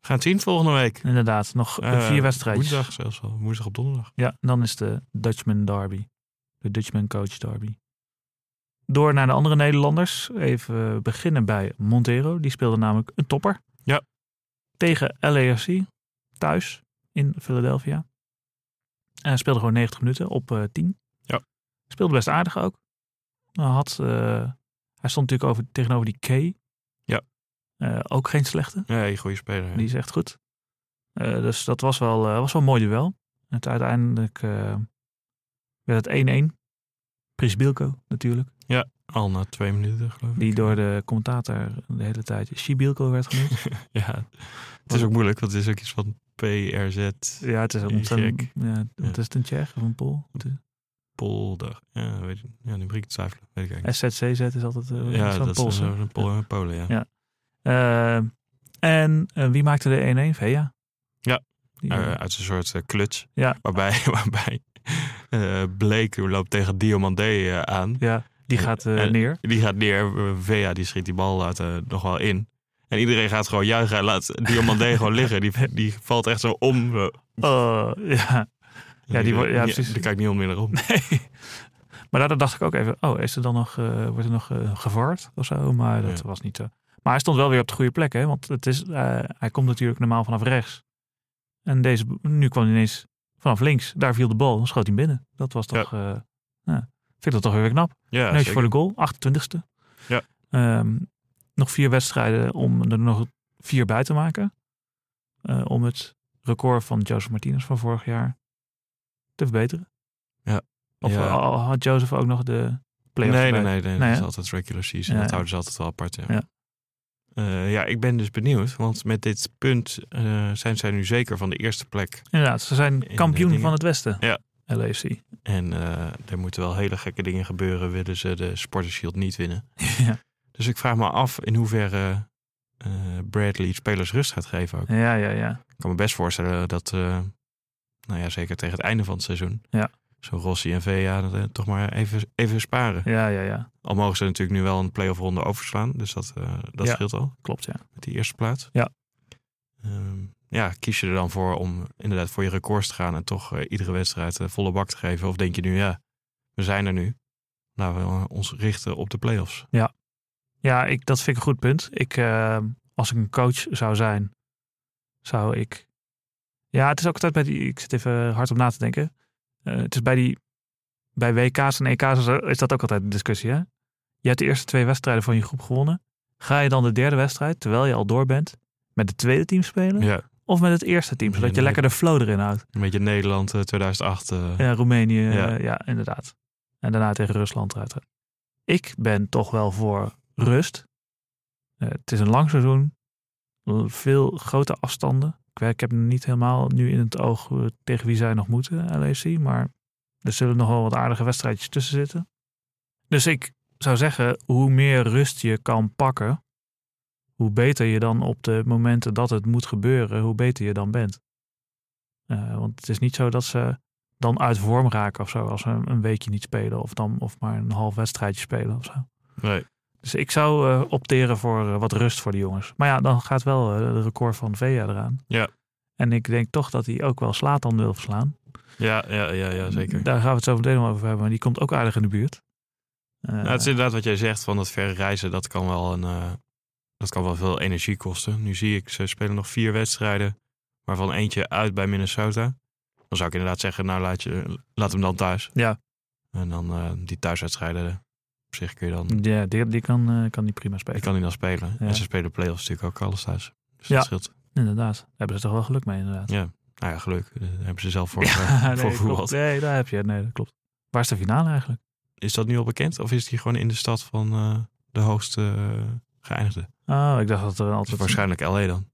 S5: we gaan het zien volgende week.
S1: Inderdaad, nog eh,
S5: Eh,
S1: vier wedstrijdjes.
S5: Woensdag zelfs al. Woensdag op donderdag.
S1: Ja, en dan is de Dutchman Derby. De Dutchman Coach Derby. Door naar de andere Nederlanders. Even eh, beginnen bij Montero. Die speelde namelijk een topper.
S5: Ja.
S1: Tegen LAFC. Thuis in Philadelphia. En hij speelde gewoon 90 minuten op eh 10.
S5: Ja.
S1: Speelde best aardig ook. Hij, had, eh, hij stond natuurlijk over, tegenover die K.
S5: Ja.
S1: Eh, ook geen slechte.
S5: Nee, goede speler. ja.
S1: Die is echt goed. Eh, dus dat was wel, eh, was wel een mooi duel. Het uiteindelijk eh, werd het 1-1. Pris Bilko natuurlijk.
S5: Al na twee minuten geloof ik.
S1: Die door de commentator de hele tijd Shibilko werd genoemd.
S5: Ja, het is ook moeilijk, want het is ook iets van PRZ
S1: ja, het is een
S5: Een
S1: ontzettend...
S5: Tsjech.
S1: Ja, wat is
S5: Ja.
S1: het, een Tsjech of een Pool? Het is-
S5: Polder. Ja, weet ik, ja nu begin ik te twijfelen. Weet ik eigenlijk.
S1: SZCZ is altijd eh,
S5: niet.
S1: zo'n
S5: Ja, dat
S1: Poolse.
S5: is eh, een Pol en Polen, ja.
S1: Ja. Eh, en eh, wie maakte de 1-1? Vea.
S5: Ja.
S1: Die-
S5: Eh, uit een soort eh, kluts.
S1: Ja.
S5: Waarbij, waarbij eh Blake loopt tegen Diomandé eh, aan.
S1: ja, die gaat eh,
S5: en-
S1: neer.
S5: Die gaat neer. eh, Vea die schiet die bal uit, eh, nog wel in. En iedereen gaat gewoon juichen. en Laat Diomandé gewoon liggen. Die, die valt echt zo om. zo.
S1: Oh, ja. Ja, die wordt- ja, precies.
S5: Die kijkt niet onmiddellijk om.
S1: Nee. Maar daardoor dacht ik ook even, oh, is er dan nog, eh, wordt er nog eh gevaard of zo? Maar dat
S5: Ja.
S1: was niet zo. Maar hij stond wel weer op de goede plek, hè? Want het is, eh, hij komt natuurlijk normaal vanaf rechts. En deze, nu kwam hij ineens vanaf links. Daar viel de bal, dan schoot hij hem binnen. Dat was toch, eh ja. vind ik dat toch weer knap.
S5: Ja,
S1: Neusje
S5: zeker.
S1: voor de goal, 28ste.
S5: Ja.
S1: Ehm, nog vier wedstrijden om er nog vier bij te maken. Eh, om het record van Joseph Martinez van vorig jaar te verbeteren.
S5: Ja.
S1: Of
S5: Ja.
S1: al- al had Joseph ook nog de play-offs
S5: Nee, nee,
S1: erbij?
S5: nee, nee,
S1: Nee,
S5: Dat
S1: hè?
S5: is altijd regular season.
S1: Ja,
S5: dat
S1: ja.
S5: houden ze altijd wel apart. Ja.
S1: Ja.
S5: Ja. ja, ik ben dus benieuwd. Want met dit punt eh, zijn zij nu zeker van de eerste plek.
S1: Inderdaad, ze zijn
S5: de
S1: kampioen
S5: dingen.
S1: van het Westen.
S5: Ja.
S1: LAFC.
S5: En eh, er moeten wel hele gekke dingen gebeuren. Willen ze de Sporters Shield niet winnen.
S1: Ja.
S5: Dus ik vraag me af in hoeverre eh, Bradley spelers rust gaat geven. Ook.
S1: Ja, ja, ja.
S5: Ik kan me best voorstellen dat... eh, nou ja, zeker tegen het einde van het seizoen.
S1: Ja.
S5: Zo Rossi en Vea dat, eh, toch maar even, even sparen.
S1: Ja, ja, ja.
S5: Al mogen ze natuurlijk nu wel een play-off ronde overslaan. Dus dat, eh, dat
S1: Ja.
S5: scheelt al.
S1: Klopt, ja.
S5: met die eerste plaats.
S1: Ja.
S5: Ehm, ja, kies je er dan voor om inderdaad voor je records te gaan en toch eh, iedere wedstrijd eh, volle bak te geven? Of denk je nu, ja, we zijn er nu. Laten we eh, ons richten op de play-offs.
S1: Ja, ik, dat vind ik een goed punt. Ik, eh, als ik een coach zou zijn, zou ik. Ja, het is ook altijd bij die. Ik zit even hard om na te denken. Eh, het is bij die. Bij WK's en EK's is- is dat ook altijd een discussie, hè? Je hebt de eerste twee wedstrijden van je groep gewonnen. Ga je dan de derde wedstrijd, terwijl je al door bent, met het tweede team spelen?
S5: Ja,
S1: Of met het eerste team,
S5: Ja,
S1: zodat je
S5: dan
S1: lekker de flow erin houdt?
S5: een beetje Nederland eh, 2008. eh,
S1: Ja, Roemenië, ja.
S5: Ja.
S1: ja, inderdaad. En daarna tegen Rusland eruit. Ik ben toch wel voor rust. Eh, het is een lang seizoen. L- Veel grote afstanden. Ik, weet- ik heb niet helemaal nu in het oog eh, tegen wie zij nog moeten, LAC. Maar er zullen nog wel wat aardige wedstrijdjes tussen zitten. Dus ik zou zeggen, hoe meer rust je kan pakken, hoe beter je dan op de momenten dat het moet gebeuren, hoe beter je dan bent. Eh, want het is niet zo dat ze dan uit vorm raken of zo, als ze een weekje niet spelen of, dan, of maar een half wedstrijdje spelen of zo.
S5: Nee.
S1: Dus ik zou eh, opteren voor eh, wat rust voor de jongens. Maar ja, dan gaat wel eh, het record van Vea eraan.
S5: Ja.
S1: En ik denk toch dat hij ook wel Slatan wil verslaan.
S5: Ja, ja, ja, ja, zeker.
S1: Daar gaan we het zo meteen nog over hebben. Maar die komt ook aardig in de buurt. Eh,
S5: Nou, het is inderdaad wat jij zegt van dat verre reizen. Dat kan wel, een, eh, dat kan wel veel energie kosten. Nu zie ik, ze spelen nog vier wedstrijden. Waarvan eentje uit bij Minnesota. Dan zou ik inderdaad zeggen, nou laat, je, laat hem dan thuis.
S1: Ja.
S5: En dan eh, die thuiswedstrijden, eh, op zich kun je dan,
S1: Ja, die, die kan, eh, kan die prima spelen.
S5: die kan hij dan spelen.
S1: Ja.
S5: En ze spelen play-offs natuurlijk ook alles thuis. Dus
S1: Ja.
S5: dat scheelt.
S1: Inderdaad. Daar hebben ze toch wel geluk mee, inderdaad.
S5: Nou ja, geluk. Daar hebben ze zelf voor,
S1: Ja,
S5: eh,
S1: nee,
S5: voor
S1: klopt.
S5: voetbal.
S1: Nee, daar heb je het. Nee, dat klopt. Waar is de finale eigenlijk?
S5: Is dat nu al bekend? Of is die gewoon in de stad van eh, de hoogste eh, geëindigde?
S1: Oh, ik dacht dat er
S5: Dat is
S1: altijd...
S5: waarschijnlijk LA dan.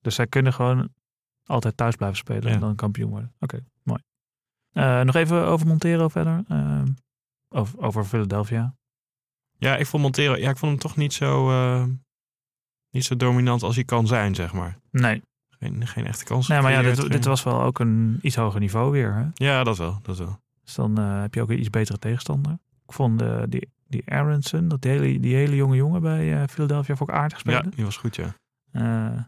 S1: Dus zij kunnen gewoon altijd thuis blijven spelen en
S5: Ja.
S1: dan kampioen worden. Oké, mooi. Eh, nog even over Montero verder. Ehm, of, over Philadelphia.
S5: Ja, ik vond Montero. Ja, ik vond hem toch niet zo. eh, Niet zo dominant als hij kan zijn, zeg maar.
S1: Nee,
S5: Geen, geen echte kans.
S1: nee maar Nou ja,
S5: gecreëerd,
S1: dit,
S5: geen-
S1: dit was wel ook een iets hoger niveau weer. Hè?
S5: Ja, dat wel. Dat wel.
S1: Dus dan eh, heb je ook een iets betere tegenstander. Ik vond eh, die, die Aronson, dat die hele, die hele jonge jongen bij eh, Philadelphia, vond ik aardig
S5: Ja,
S1: spelen.
S5: die was goed, ja.
S1: Eh,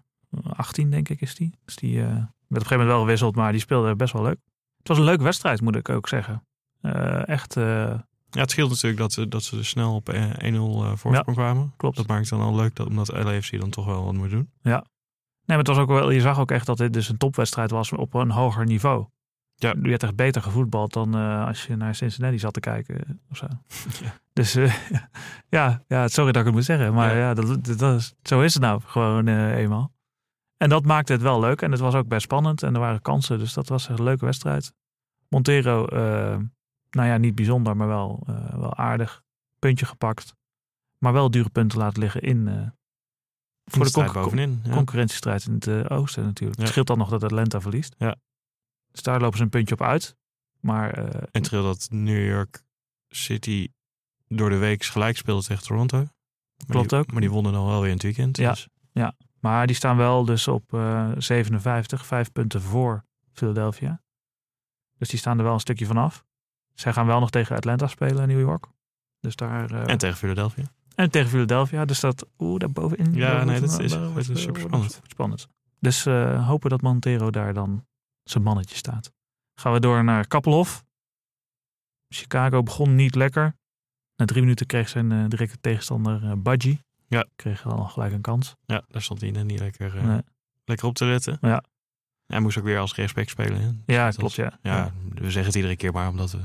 S1: 18 denk ik is die. Dus die eh, werd op een gegeven moment wel gewisseld, maar die speelde best wel leuk. Het was een leuke wedstrijd, moet ik ook zeggen. Eh, echt, eh,
S5: Ja, het scheelt natuurlijk dat ze, dat ze er snel op eh, 1-0 eh, voorsprong kwamen.
S1: klopt.
S5: Dat maakt het dan al leuk, dat, omdat LAFC dan toch wel wat moet doen.
S1: Nee, maar het was ook wel, je zag ook echt dat dit dus een topwedstrijd was op een hoger niveau.
S5: Ja.
S1: Je werd echt beter gevoetbald dan eh, als je naar Cincinnati zat te kijken eh, of zo.
S5: Ja.
S1: Dus eh, ja, ja, sorry dat ik het moet zeggen. Maar ja,
S5: Ja.
S1: dat, dat- dat is, zo is het nou gewoon eh, eenmaal. En dat maakte het wel leuk. En het was ook best spannend. En er waren kansen. Dus dat was echt een leuke wedstrijd. Montero, eh, nou ja, niet bijzonder, maar wel, eh, wel aardig. Puntje gepakt. Maar wel dure punten laten liggen in, eh, voor de
S5: strijd
S1: concur-
S5: bovenin. Ja.
S1: concurrentiestrijd in het eh, oosten natuurlijk. Het
S5: Ja.
S1: scheelt dan nog dat Atlanta verliest.
S5: Ja.
S1: Dus daar lopen ze een puntje op uit. Maar eh,
S5: En tril dat New York City door de week gelijk speelde tegen Toronto. Maar
S1: Klopt
S5: die-
S1: ook.
S5: Maar die wonnen dan wel weer in het weekend.
S1: Ja.
S5: Dus
S1: Maar die staan wel dus op eh, 57, vijf punten voor Philadelphia. Dus die staan er wel een stukje vanaf. Zij gaan wel nog tegen Atlanta spelen in New York. Dus daar, eh,
S5: En tegen Philadelphia.
S1: en tegen Philadelphia. Dus dat, oeh, daar bovenin.
S5: Ja,
S1: daar
S5: nee,
S1: wordt-
S5: dat is-
S1: daar wordt-
S5: dat is super
S1: wordt
S5: spannend.
S1: spannend. Dus eh, hopen dat Montero daar dan zijn mannetje staat. Gaan we door naar Kappelhof. Chicago begon niet lekker. Na drie minuten kreeg zijn eh, directe tegenstander eh Budgie.
S5: Ja.
S1: Kreeg dan gelijk een kans.
S5: Ja, daar stond hij net niet lekker, eh,
S1: Nee.
S5: lekker op te letten.
S1: Ja.
S5: Hij moest ook weer als rechtsback spelen. hè.
S1: Ja,
S5: Dat-
S1: klopt. Ja.
S5: Ja, we zeggen het iedere keer maar omdat we,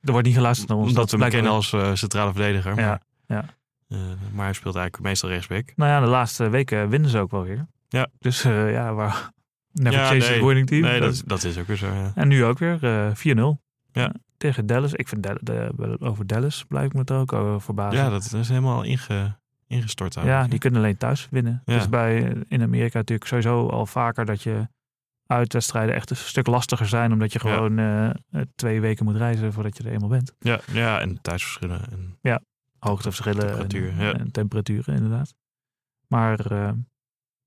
S1: Er wordt niet geluisterd naar ons.
S5: omdat we hem
S1: blijkt
S5: kennen
S1: wel.
S5: als eh, centrale verdediger.
S1: Ja,
S5: maar,
S1: ja.
S5: eh, maar hij speelt eigenlijk meestal rechtsback.
S1: Nou ja, de laatste weken winnen ze ook wel weer.
S5: Ja.
S1: Dus eh, ja, waar... Never
S5: Ja,
S1: chase
S5: nee.
S1: a winning team.
S5: Nee, dat, is- dat is ook weer zo. Ja.
S1: En nu ook weer eh, 4-0.
S5: Ja.
S1: Tegen Dallas. Ik vind Dal- de- over Dallas blijft me het ook eh, verbazen.
S5: Ja, dat is helemaal inge, ingestort.
S1: Ja,
S5: eigenlijk,
S1: die kunnen alleen thuis winnen.
S5: Ja.
S1: Dus bij, in Amerika natuurlijk sowieso al vaker dat je uitwedstrijden echt een stuk lastiger zijn. Omdat je
S5: Ja.
S1: gewoon eh, eh, twee weken moet reizen voordat je er eenmaal bent.
S5: ja. ja, en thuisverschillen. En,
S1: Hoogteverschillen en,
S5: Temperatuur, ja.
S1: en temperaturen inderdaad. Maar eh,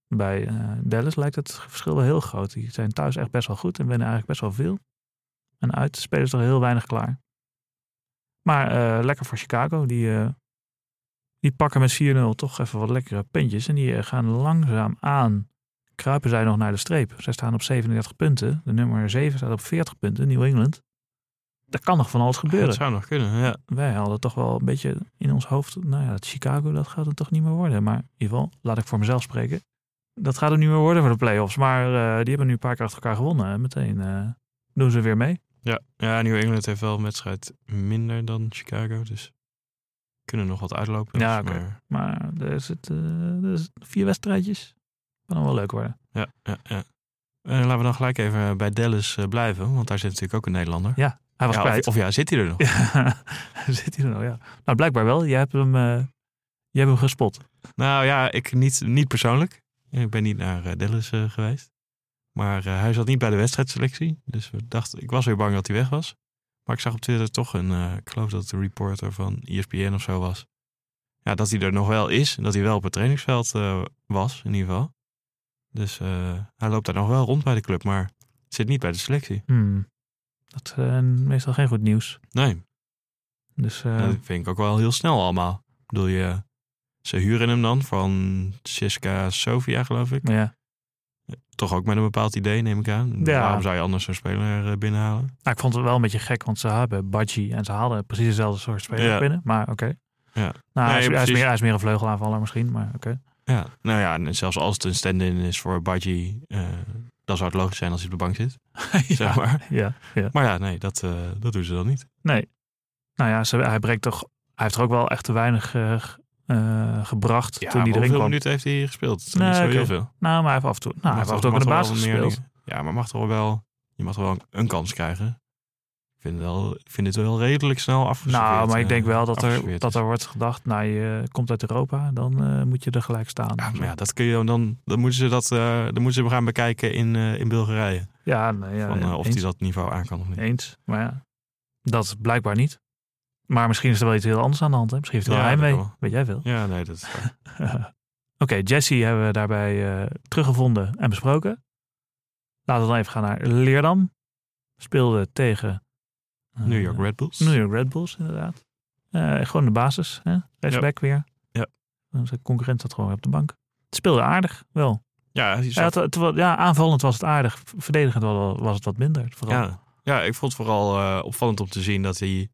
S1: bij eh, Dallas lijkt het verschil wel heel groot. Die zijn thuis echt best wel goed en winnen eigenlijk best wel veel. En uit spelen ze toch heel weinig klaar. Maar eh, lekker voor Chicago. Die, eh, die pakken met 4-0 toch even wat lekkere puntjes. En die eh, gaan langzaam aan. Kruipen zij nog naar de streep. Zij staan op 37 punten. De nummer 7 staat op 40 punten. New England. Daar kan nog van alles
S5: dat
S1: gebeuren
S5: zou nog kunnen, ja.
S1: wij hadden toch wel een beetje in ons hoofd, nou ja, dat Chicago, dat gaat het toch niet meer worden. Maar in ieder geval, laat ik voor mezelf spreken. Dat gaat het niet meer worden voor de playoffs. Maar eh, die hebben nu een paar keer achter elkaar gewonnen. Meteen eh, doen ze weer mee.
S5: Ja, ja New England heeft wel een wedstrijd minder dan Chicago, dus kunnen nog wat uitlopen.
S1: Ja,
S5: Dus,
S1: oké.
S5: maar-
S1: Maar er is het, eh, er is vier wedstrijdjes. Kan dan wel leuk worden.
S5: ja, ja, ja. Eh, laten we dan gelijk even bij Dallas eh, blijven, want daar zit natuurlijk ook een Nederlander.
S1: Hij was
S5: Ja,
S1: kwijt.
S5: of, of ja, zit hij er nog?
S1: Ja, zit hij er nog, ja. Nou, blijkbaar wel. Jij hebt hem, eh, jij hebt hem gespot.
S5: Nou ja, ik niet, niet persoonlijk. Ik ben niet naar eh, Dallas eh, geweest. Maar eh, hij zat niet bij de wedstrijdselectie. Dus we dachten, ik was weer bang dat hij weg was. Maar ik zag op Twitter toch een, eh, ik geloof dat het de reporter van E ESPN of zo was. Ja, dat hij er nog wel is. En dat hij wel op het trainingsveld eh, was, in ieder geval. Dus eh, hij loopt daar nog wel rond bij de club, maar zit niet bij de selectie.
S1: Hmm. Dat is eh, meestal geen goed nieuws.
S5: Nee,
S1: Dus eh,
S5: dat vind ik ook wel heel snel allemaal. Ik bedoel, je, ze huren hem dan van Siska Sofia, geloof ik.
S1: ja.
S5: toch ook met een bepaald idee, neem ik aan.
S1: Ja.
S5: Waarom zou je anders zo'n speler eh, binnenhalen?
S1: Nou, ik vond het wel een beetje gek, want ze hebben Badji en ze hadden precies dezelfde soort speler
S5: Ja.
S1: binnen. Maar oké.
S5: Ja.
S1: Nou, hij,
S5: Nee,
S1: is, hij, is
S5: precies.
S1: meer, hij is meer een vleugelaanvaller misschien, maar oké.
S5: Ja. Nou ja, en zelfs als het een stand-in is voor Badji, eh, dan zou het logisch zijn als hij op de bank zit. Zeg maar.
S1: Ja, ja.
S5: maar ja, nee, dat, eh, dat doen ze dan niet.
S1: Nou ja, ze, hij, breekt toch, hij heeft er ook wel echt te weinig eh, ge- eh, gebracht
S5: Ja,
S1: toen hij
S5: maar
S1: erin
S5: hoeveel
S1: kwam.
S5: minuten heeft hij gespeeld? Het is
S1: Nee,
S5: niet zo
S1: oké.
S5: heel veel.
S1: Nou, maar hij heeft af en toe, nou, hij
S5: Mag
S1: heeft af en toe
S5: toch-
S1: ook in de
S5: mag toch
S1: basis
S5: wel meer
S1: gespeeld.
S5: dingen? Ja, maar mag toch wel, je mag toch wel een kans krijgen? Ik vind, het wel, ik vind het wel redelijk snel afgeserveerd.
S1: Nou, maar ik
S5: eh,
S1: denk wel dat er,
S5: afgeserveerd
S1: dat
S5: is.
S1: er wordt gedacht, nou, je komt uit Europa, dan eh, moet je er gelijk staan.
S5: Ja, maar ja, dat kun je dan, dan moeten ze dat, eh, dan moeten ze gaan bekijken in, eh, in Bulgarije.
S1: Ja, nee, ja,
S5: van, eh, of
S1: eens.
S5: hij dat niveau aan kan of niet.
S1: Eens, maar ja, dat blijkbaar niet. Maar misschien is er wel iets heel anders aan de hand. Hè? Misschien heeft hij wel
S5: Ja, dat
S1: heimwee.
S5: kan wel.
S1: Weet jij veel?
S5: Ja, nee, dat is waar.
S1: Jesse hebben we daarbij eh, teruggevonden en besproken. Laten we dan even gaan naar Leerdam. Speelde tegen eh,
S5: New York Red Bulls.
S1: New York Red Bulls, inderdaad. Eh, gewoon de basis. Hè? Rechtsback weer.
S5: Ja.
S1: Onze concurrent zat gewoon weer op de bank. Het speelde aardig, wel.
S5: Ja, die
S1: Ja,
S5: zat-
S1: het, het wa- ja, aanvallend was het aardig. Verdedigend wel- was het wat minder. Vooral.
S5: ja. ja, ik vond het vooral eh, opvallend om te zien dat hij,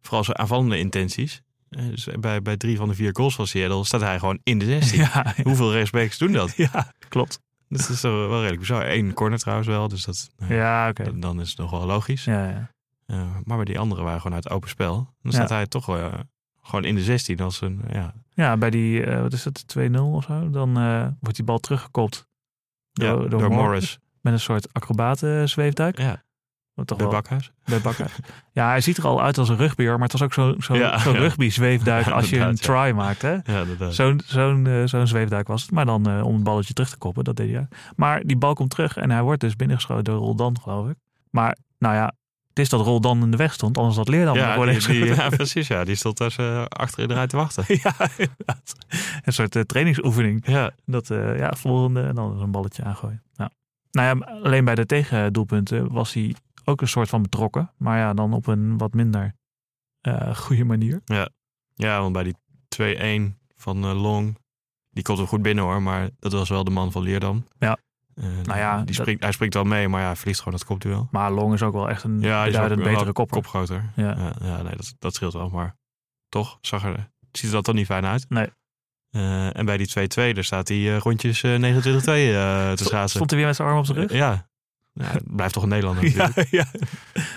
S5: vooral zijn aanvallende intenties, eh, dus bij, bij drie van de vier goals van Seattle staat hij gewoon in de 16.
S1: ja,
S5: Hoeveel rechtsbacks doen dat?
S1: ja, klopt.
S5: Dat is toch wel redelijk bizar. Eén corner trouwens wel, dus dat, nou ja,
S1: Ja, oké.
S5: dan, dan is het nog wel logisch.
S1: Ja, ja.
S5: Eh, maar bij die anderen waren gewoon uit open spel. Dan staat
S1: Ja.
S5: hij toch eh, gewoon in de 16 als een, ja,
S1: ja, bij die, eh, wat is dat, 2-0 of zo? Dan eh, wordt die bal teruggekopt
S5: ja, door,
S1: Mor-
S5: Morris.
S1: Met een soort acrobaten zweefduik.
S5: Ja,
S1: Wat toch
S5: bij
S1: wel-
S5: Bakhuis.
S1: bij Bakker. ja, hij ziet er al uit als een rugbyer, maar het was ook zo'n zo,
S5: Ja, ja.
S1: rugby zweefduik
S5: Ja,
S1: als je een try
S5: inderdaad,
S1: maakt. Hè?
S5: Ja, inderdaad.
S1: Zo'n zo'n eh, zo'n zweefduik was het. Maar dan eh, om het balletje terug te koppen, dat deed hij. ook. Maar die bal komt terug en hij wordt dus binnengeschoten door Roldan, geloof ik. Maar nou ja, het is dat Roldan in de weg stond, anders had Leerdam
S5: ja,
S1: nog wel
S5: die-
S1: eens-
S5: die- ja, precies. Ja, die stond daar eh, achterin eruit te wachten.
S1: ja, inderdaad. Een soort eh, trainingsoefening.
S5: Ja,
S1: Dat, eh, ja, volgende en dan een balletje aangooien. Nou, nou ja, alleen bij de tegendoelpunten was hij ook een soort van betrokken. Maar ja, dan op een wat minder eh, goede manier.
S5: ja want bij die 2-1 van eh, Long, die komt er goed binnen hoor, maar dat was wel de man van Leerdam.
S1: Ja.
S5: Eh,
S1: Nou ja,
S5: die
S1: dat-
S5: springt, hij springt wel mee, maar ja, hij verliest gewoon dat kopduel.
S1: Maar Long is ook wel echt een
S5: Ja, hij is ook
S1: beduidend
S5: wel
S1: betere kopper.
S5: kopgroter.
S1: Ja.
S5: Ja, ja, nee, dat, dat scheelt wel, maar toch zag er, ziet er dat toch niet fijn uit.
S1: Nee.
S5: Eh, en bij die 2-2, daar staat hij eh, rondjes eh, 29-2 eh, te schaatsen.
S1: Stond hij weer met zijn arm op zijn rug?
S5: Ja. Ja, het blijft toch een Nederlander
S1: Ja,
S5: natuurlijk.
S1: ja.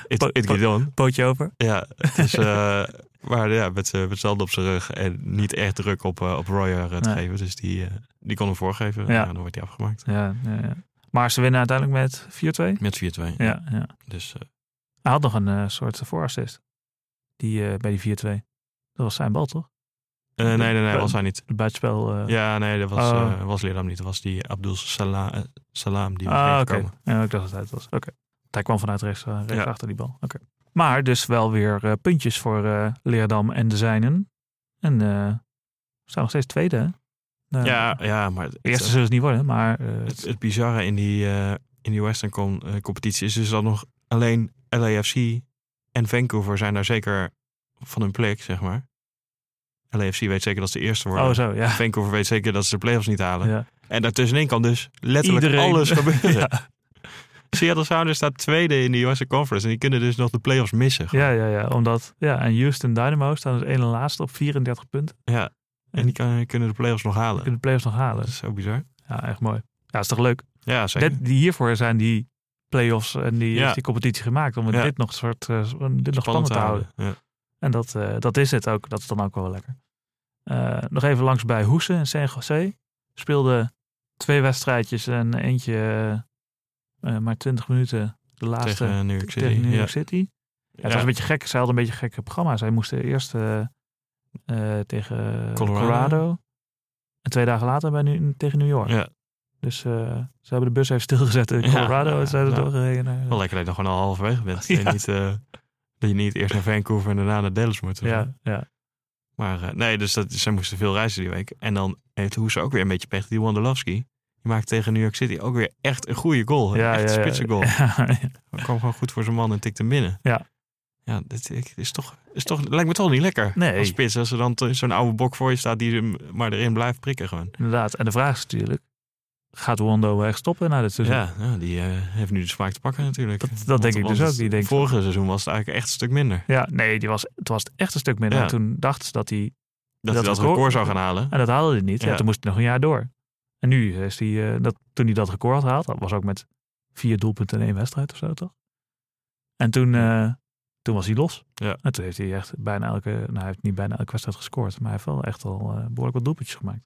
S5: It,
S1: Po-
S5: it
S1: po-
S5: get on.
S1: Pootje over.
S5: Ja, het is, eh, maar ja, met z'n met z'n handen op zijn rug en niet echt druk op, eh, op Royer eh, te
S1: Nee.
S5: geven. Dus die, eh, die kon hem voorgeven.
S1: Ja.
S5: Ja. dan wordt hij afgemaakt.
S1: Ja, ja, ja. Maar ze winnen uiteindelijk met 4-2.
S5: Met 4-2.
S1: Ja, ja.
S5: Dus eh,
S1: Hij had nog een eh, soort voorassist. Die, eh, bij die 4-2. Dat was zijn bal, toch?
S5: eh, nee, nee, nee, was hij niet.
S1: Het buitenspel. eh,
S5: Ja, nee, dat was,
S1: Oh.
S5: eh, was Leerdam niet. Dat was die Abdul Salam, eh, Salam die was
S1: Ah, oké.
S5: ingekomen.
S1: Ja, ik dacht dat het uit was. Oké. Want Hij kwam vanuit rechts, eh, rechts
S5: Ja.
S1: achter die bal. Oké. Maar dus wel weer eh, puntjes voor eh, Leerdam en de Zijnen. En eh, we staan nog steeds tweede. hè? Nou,
S5: Ja, ja, maar het,
S1: de eerste zullen ze niet worden, maar eh,
S5: het, het bizarre in die, eh, in die Western Com- eh, competitie is dus dat nog alleen LAFC en Vancouver zijn daar zeker van hun plek, zeg maar. LAFC weet zeker dat ze de eerste worden.
S1: oh zo, ja.
S5: Vancouver weet zeker dat ze de playoffs niet halen.
S1: ja.
S5: En daartussenin kan dus letterlijk
S1: Iedereen.
S5: alles gebeuren.
S1: Ja.
S5: Seattle Sounders staat tweede in de USA Conference en die kunnen dus nog de playoffs missen.
S1: Ja, ja, ja. Omdat, ja, en Houston Dynamo staan dus één en laatste op 34 punten.
S5: Ja. En die kan- kunnen de playoffs nog
S1: Die
S5: halen.
S1: kunnen de playoffs nog halen. Dus,
S5: Dat is zo bizar.
S1: Ja, echt mooi. Ja, is toch leuk.
S5: Ja, zeker.
S1: Dit- die hiervoor zijn die playoffs en die,
S5: Ja.
S1: is die competitie gemaakt om het
S5: Ja.
S1: dit nog, soort, eh, dit nog spannend te houden.
S5: Ja.
S1: En dat, eh, dat is het ook. Dat is dan ook wel lekker. Eh, nog even langs bij Hoesen en San Jose. Speelden twee wedstrijdjes en eentje eh, eh, maar 20 minuten. De laatste
S5: Tegen
S1: tegen,
S5: eh, New York City.
S1: New York
S5: Ja.
S1: City. Ja, het was
S5: Ja.
S1: een beetje gek. Zij hadden een beetje gekke programma's. Zij moesten eerst eh, eh, tegen Colorado.
S5: Colorado.
S1: En twee dagen later bij nu, tegen New York.
S5: Ja.
S1: Dus eh, ze hebben de bus even stilgezet in
S5: Ja,
S1: Colorado.
S5: ja,
S1: en zijn ze
S5: nou,
S1: doorgereden. naar-
S5: Wel lekker dat je nog gewoon al halverwege bent.
S1: Ja.
S5: En niet, eh, dat je niet eerst naar Vancouver en daarna naar Dallas moet. of zo.
S1: ja, ja.
S5: Maar eh, nee, dus dat, zij moesten veel reizen die week. En dan heeft Hoes ook weer een beetje pech. Die Wondolowski, die maakt tegen New York City ook weer echt een goede goal.
S1: ja,
S5: echt een
S1: ja, ja.
S5: spitse goal.
S1: Ja,
S5: Hij kwam gewoon goed voor zijn man en tikte hem binnen.
S1: Ja.
S5: Ja, dat ik- is toch, is toch, lijkt me toch niet lekker.
S1: Nee.
S5: Als spits, als er dan te- zo'n oude bok voor je staat die hem maar erin blijft prikken gewoon.
S1: Inderdaad. En de vraag is natuurlijk, gaat Wando echt stoppen na dit seizoen?
S5: ja, ja, die eh, heeft nu de smaak te pakken natuurlijk.
S1: Dus Dat- dat denk ik dus
S5: het
S1: ook. Die denkt-
S5: vorige seizoen was het eigenlijk echt een stuk minder.
S1: Ja, nee, die was, het was echt een stuk minder.
S5: Ja.
S1: En Toen dachten ze dat hij,
S5: Dat,
S1: Dat
S5: hij dat
S1: record-
S5: record zou gaan halen.
S1: en dat haalde hij niet. Ja.
S5: Ja.
S1: toen moest hij nog een jaar door. En nu is hij, eh, dat, toen hij dat record had gehaald, dat was ook met vier doelpunten in één wedstrijd of zo, toch? En toen, eh, toen was hij los.
S5: Ja.
S1: En toen heeft hij echt bijna elke, nou hij heeft niet bijna elke wedstrijd gescoord, maar hij heeft wel echt al eh, behoorlijk wat doelpuntjes gemaakt.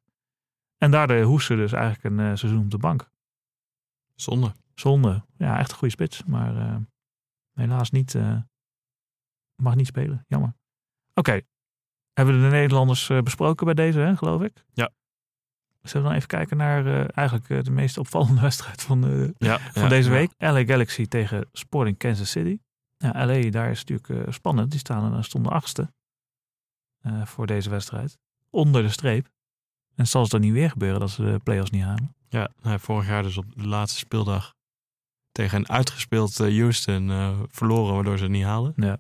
S1: En daardoor hoest ze dus eigenlijk een eh, seizoen op de bank.
S5: Zonde.
S1: Zonde. Ja, echt een goede spits. Maar eh, helaas niet. eh, mag niet spelen. Jammer. Oké. Hebben we de Nederlanders eh, besproken bij deze, hè, geloof ik?
S5: Ja.
S1: Zullen we dan even kijken naar eh, eigenlijk eh, de meest opvallende wedstrijd van, eh,
S5: Ja,
S1: van
S5: ja,
S1: deze
S5: ja.
S1: week. LA Galaxy tegen Sporting Kansas City. Ja, LA, daar is natuurlijk eh, spannend. Die staan, eh, stonden achtste eh, voor deze wedstrijd. Onder de streep. En zal het dan niet weer gebeuren dat ze de play-offs niet halen?
S5: Ja, nou, vorig jaar dus op de laatste speeldag tegen een uitgespeeld eh, Houston eh, verloren, waardoor ze het niet haalden.
S1: Ja.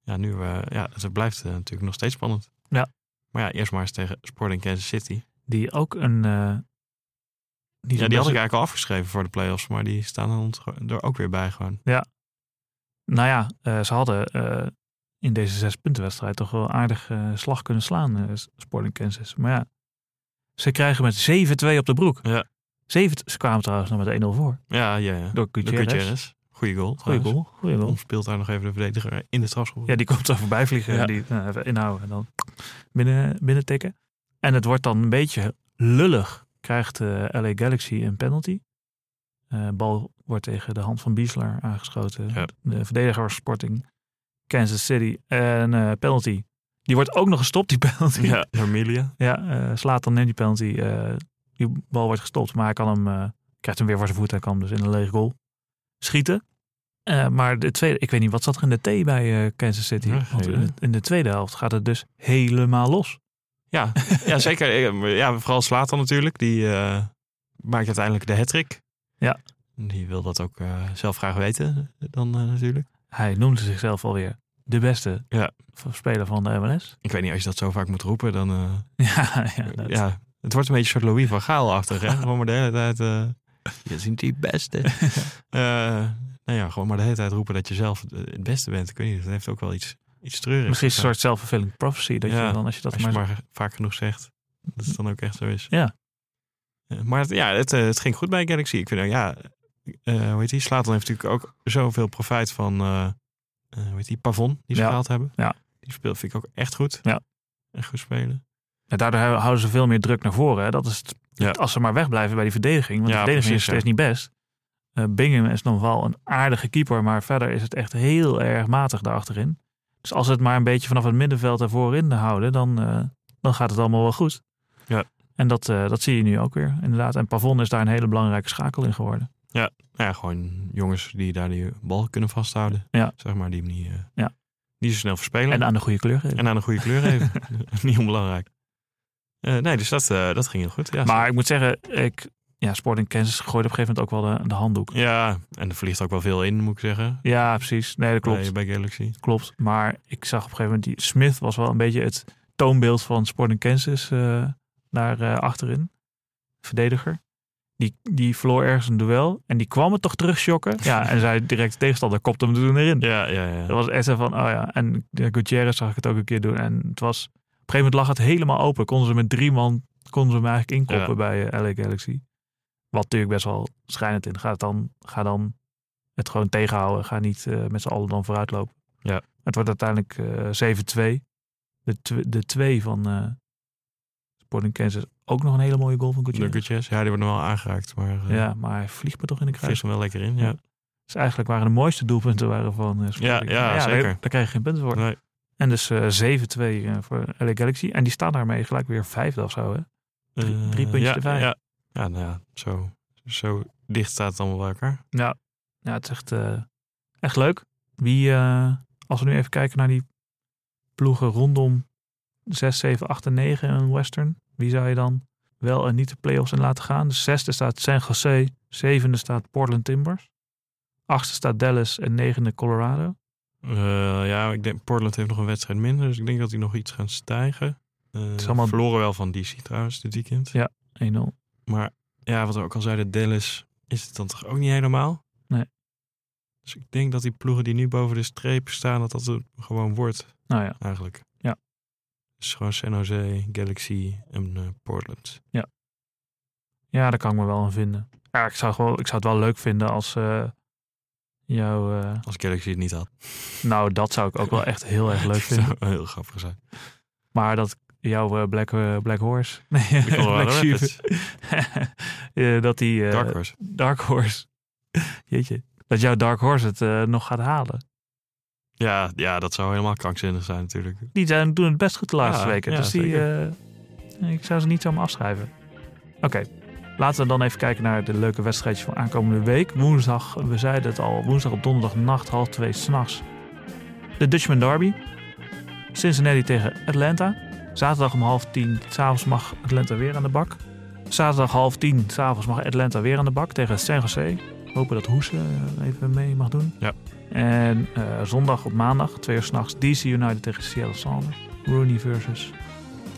S5: Ja, nu, eh, ja, het blijft eh, natuurlijk nog steeds spannend.
S1: Ja.
S5: Maar ja, eerst maar eens tegen Sporting Kansas City.
S1: Die ook een... eh, dus niet zo'n
S5: Ja, die had
S1: beste-
S5: ik eigenlijk al afgeschreven voor de playoffs, maar die staan er ont- er ook weer bij gewoon.
S1: Nou ja, eh, ze hadden eh, in deze zespuntenwedstrijd toch wel aardig eh, slag kunnen slaan, eh, Sporting Kansas. Maar ja, ze krijgen met 7-2 op de broek.
S5: Ja.
S1: 7 ze kwamen trouwens nog met 1-0 voor.
S5: Ja, ja, ja.
S1: Door
S5: De
S1: Gutierrez.
S5: Gutierrez. Goeie goal.
S1: Goeie
S5: trouwens.
S1: goal. Goeie goal.
S5: Tom speelt daar nog even de verdediger in de strafschop.
S1: Ja, die komt er voorbij vliegen.
S5: Ja.
S1: en Die, nou, even inhouden en dan binnen, binnen tikken. En het wordt dan een beetje lullig. Krijgt eh, LA Galaxy een penalty. Eh bal wordt tegen de hand van Biesler aangeschoten.
S5: Ja.
S1: De verdediger was Sporting Kansas City. En eh, penalty. Die wordt ook nog gestopt, die penalty.
S5: Ja, Hermilia.
S1: Ja, eh, slaat dan neemt die penalty. eh, die bal wordt gestopt, maar hij kan hem, eh, krijgt hem weer voor zijn voet. Hij kan hem dus in een lege goal schieten. Eh, maar de tweede, ik weet niet, wat zat er in de T bij eh, Kansas City?
S5: Ja, geen
S1: Want in
S5: idee.
S1: de, in de tweede helft gaat het dus helemaal los.
S5: Ja, ja zeker. eh, Ja, vooral Slatan natuurlijk. Die eh, maakt uiteindelijk de hat-trick.
S1: Ja.
S5: Die wil dat ook eh, zelf graag weten dan eh, natuurlijk.
S1: Hij noemde zichzelf alweer de beste
S5: Ja.
S1: v- speler van de MLS.
S5: Ik weet niet, als je dat zo vaak moet roepen, dan... eh,
S1: ja, ja, dat-
S5: ja, het wordt een beetje een soort Louis van Gaal-achtig. hè? Gewoon maar de hele tijd... eh, je ziet die beste. Eh nou ja, gewoon maar de hele tijd roepen dat je zelf eh, het beste bent. Ik weet niet, dat heeft ook wel iets, iets treurigs.
S1: Misschien is het een
S5: Ja,
S1: soort self-fulfilling prophecy. Dat
S5: Ja,
S1: je dan, als je dat
S5: Als je
S1: maar...
S5: maar vaak genoeg zegt, dat het dan ook echt zo is.
S1: Ja.
S5: Eh, Maar het, ja, het, eh, het ging goed bij Galaxy. Ik vind, nou ja, eh, hoe heet die? Slatan heeft natuurlijk ook zoveel profijt van, eh eh, hoe heet die? Pavon, die ze
S1: Ja.
S5: gehaald hebben.
S1: Ja.
S5: Die speelt, vind ik ook echt goed.
S1: Ja.
S5: Echt goed spelen.
S1: En daardoor hou- houden ze veel meer druk naar voren. Hè? Dat is het,
S5: Ja.
S1: Als ze maar wegblijven bij die verdediging. Want
S5: Ja,
S1: de verdediging
S5: precies,
S1: is steeds niet best. Eh, Bingham is nog wel een aardige keeper. Maar verder is het echt heel erg matig daarachterin. Dus als ze het maar een beetje vanaf het middenveld en voorin houden. Dan, eh, dan gaat het allemaal wel goed.
S5: Ja.
S1: En dat, eh, dat zie je nu ook weer. Inderdaad. En Pavon is daar een hele belangrijke schakel in geworden.
S5: Nou ja, gewoon jongens die daar die bal kunnen vasthouden.
S1: Ja.
S5: Zeg maar, die hem niet, eh,
S1: Ja.
S5: niet zo snel verspelen.
S1: En aan de goede kleur geven.
S5: En aan een goede kleur even. niet onbelangrijk. Eh, nee, dus dat, eh, dat ging heel goed. Ja,
S1: maar ik moet zeggen. Ik, ja, Sporting Kansas gooide op een gegeven moment ook wel de, de handdoek.
S5: Ja, en er vliegt ook wel veel in, moet ik zeggen.
S1: Ja, precies. Nee, dat klopt.
S5: Bij, bij Galaxy.
S1: Klopt, maar ik zag op een gegeven moment die Smith was wel een beetje het toonbeeld van Sporting Kansas eh, daar eh, achterin. Verdediger. Die, die verloor ergens een duel en die kwam het toch terugschokken. Ja, en zij direct tegenstander kopte hem toen erin.
S5: Ja, ja, ja.
S1: Dat was echt zo van, oh ja. En eh, Gutierrez zag ik het ook een keer doen. En het was, op een gegeven moment lag het helemaal open. Konden ze met drie man, konden ze hem eigenlijk inkoppen
S5: Ja.
S1: bij eh, LA Galaxy. Wat natuurlijk best wel schrijnend in. Ga, het dan, ga dan het gewoon tegenhouden. Ga niet eh, met z'n allen dan vooruitlopen.
S5: Ja.
S1: Het wordt uiteindelijk eh 7-2. De, tw- de 2 van eh Sporting Kansas. Ook nog een hele mooie goal van Gutierrez.
S5: Nuggetjes. Ja, die worden wel aangeraakt, maar eh
S1: Ja, maar hij vliegt me toch in de kruis.
S5: vliegt hem wel lekker in. Ja.
S1: Dus eigenlijk waren de mooiste doelpunten waren van eh, Sporting.
S5: Ja, ja,
S1: Maar
S5: zeker.
S1: Daar, daar krijg je geen punten voor.
S5: Nee.
S1: En dus eh, 7-2 eh, voor LA Galaxy. En die staan daarmee gelijk weer vijfde of zo. Hè? Drie- drie
S5: Eh,
S1: puntjes
S5: ja,
S1: te vijf.
S5: Ja, ja, nou ja, zo, zo dicht staat het allemaal bij elkaar.
S1: Ja, het is echt, eh, echt leuk. Wie, eh, als we nu even kijken naar die ploegen rondom 6, 7, 8 en 9 in Western. Wie zou je dan wel en niet de play-offs in laten gaan? Dus zesde staat San Jose, zevende staat Portland Timbers. Achtste staat Dallas en negende Colorado.
S5: Eh, ja, ik denk Portland heeft nog een wedstrijd minder, dus ik denk dat die nog iets gaan stijgen. Eh
S1: is allemaal-
S5: Verloren wel van DC trouwens dit weekend.
S1: 1-0.
S5: Maar ja, wat we ook al zeiden, Dallas is het dan toch ook niet helemaal?
S1: Nee.
S5: Dus ik denk dat die ploegen die nu boven de streep staan, dat dat het gewoon wordt
S1: Nou ja,
S5: eigenlijk.
S1: Ja.
S5: Dus gewoon San Jose, Galaxy en eh, Portland.
S1: Ja, daar kan ik me wel aan vinden. Ja, ik zou, gewoon, ik zou het wel leuk vinden als eh jouw... eh,
S5: Als Galaxy het niet had.
S1: nou, dat zou ik ook wel echt heel erg leuk vinden.
S5: Dat zou heel grappig zijn.
S1: Maar dat jouw eh, Black, eh, Black Horse... Nee,
S5: De Colorado
S1: Black Sheep.
S5: Rapids.
S1: Eh, dat die... eh,
S5: Dark Horse.
S1: Dark Horse. Jeetje. Dat jouw Dark Horse het eh, nog gaat halen.
S5: Ja, ja, dat zou helemaal krankzinnig zijn natuurlijk.
S1: Die zijn, doen het best goed de laatste
S5: Ja,
S1: weken.
S5: ja,
S1: dus die... eh, ik zou ze niet zomaar afschrijven. Oké. Laten we dan even kijken naar de leuke wedstrijdjes van aankomende week. Woensdag, we zeiden het al, woensdag op donderdagnacht half twee s'nachts. De Dutchman Derby. Cincinnati tegen Atlanta. Zaterdag om half tien, s'avonds mag Atlanta weer aan de bak. Zaterdag half tien, s'avonds mag Atlanta weer aan de bak tegen San Jose. Hopen dat Hoese eh, even mee mag doen.
S5: Ja.
S1: En eh, zondag op maandag, twee uur s'nachts, DC United tegen Seattle Sounders. Rooney versus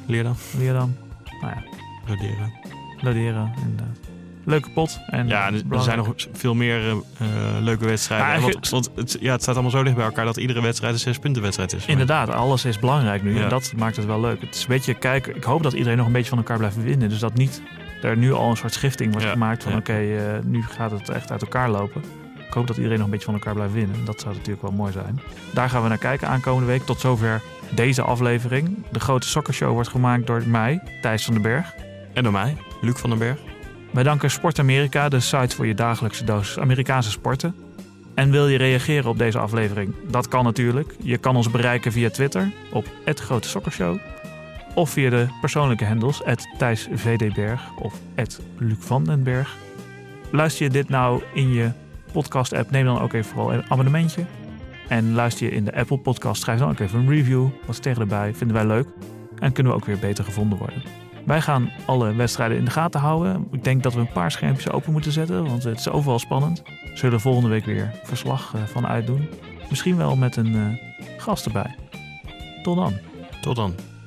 S5: Leer dan.
S1: Leerdam. Nou ja,
S5: Raderen.
S1: Laderen. En, eh, leuke pot. En,
S5: Ja, en er- er zijn
S1: belangrijk.
S5: nog veel meer eh, eh, leuke wedstrijden.
S1: Maar
S5: hè,
S1: eigenlijk-
S5: want want het, ja, het staat allemaal zo dicht bij elkaar dat iedere wedstrijd een zes punten wedstrijd is.
S1: Inderdaad, alles is belangrijk nu.
S5: Ja.
S1: En dat maakt het wel leuk. Het is een beetje, kijk, ik hoop dat iedereen nog een beetje van elkaar blijft winnen. Dus dat niet er nu al een soort schifting wordt
S5: Ja,
S1: gemaakt van
S5: ja.
S1: oké, eh, nu gaat het echt uit elkaar lopen. Ik hoop dat iedereen nog een beetje van elkaar blijft winnen. Dat zou natuurlijk wel mooi zijn. Daar gaan we naar kijken aankomende week. Tot zover deze aflevering. De grote sokkershow wordt gemaakt door mij, Thijs van den Berg.
S5: En door mij, Luc van den Berg.
S1: Wij danken Sport Amerika, de site voor je dagelijkse dosis Amerikaanse sporten. En wil je reageren op deze aflevering? Dat kan natuurlijk. Je kan ons bereiken via Twitter op het Grote Sokkershow. Of via de persoonlijke handels Thijs VDberg of Luc van den Berg. Luister je dit nou in je podcast app, neem dan ook even vooral een abonnementje. En luister je in de Apple podcast, schrijf dan ook even een review. Wat sterren erbij, vinden wij leuk. En kunnen we ook weer beter gevonden worden. Wij gaan alle wedstrijden in de gaten houden. Ik denk dat we een paar schermpjes open moeten zetten, want het is overal spannend. We zullen volgende week weer verslag eh, van uitdoen. Misschien wel met een eh, gast erbij. Tot dan.
S5: Tot dan.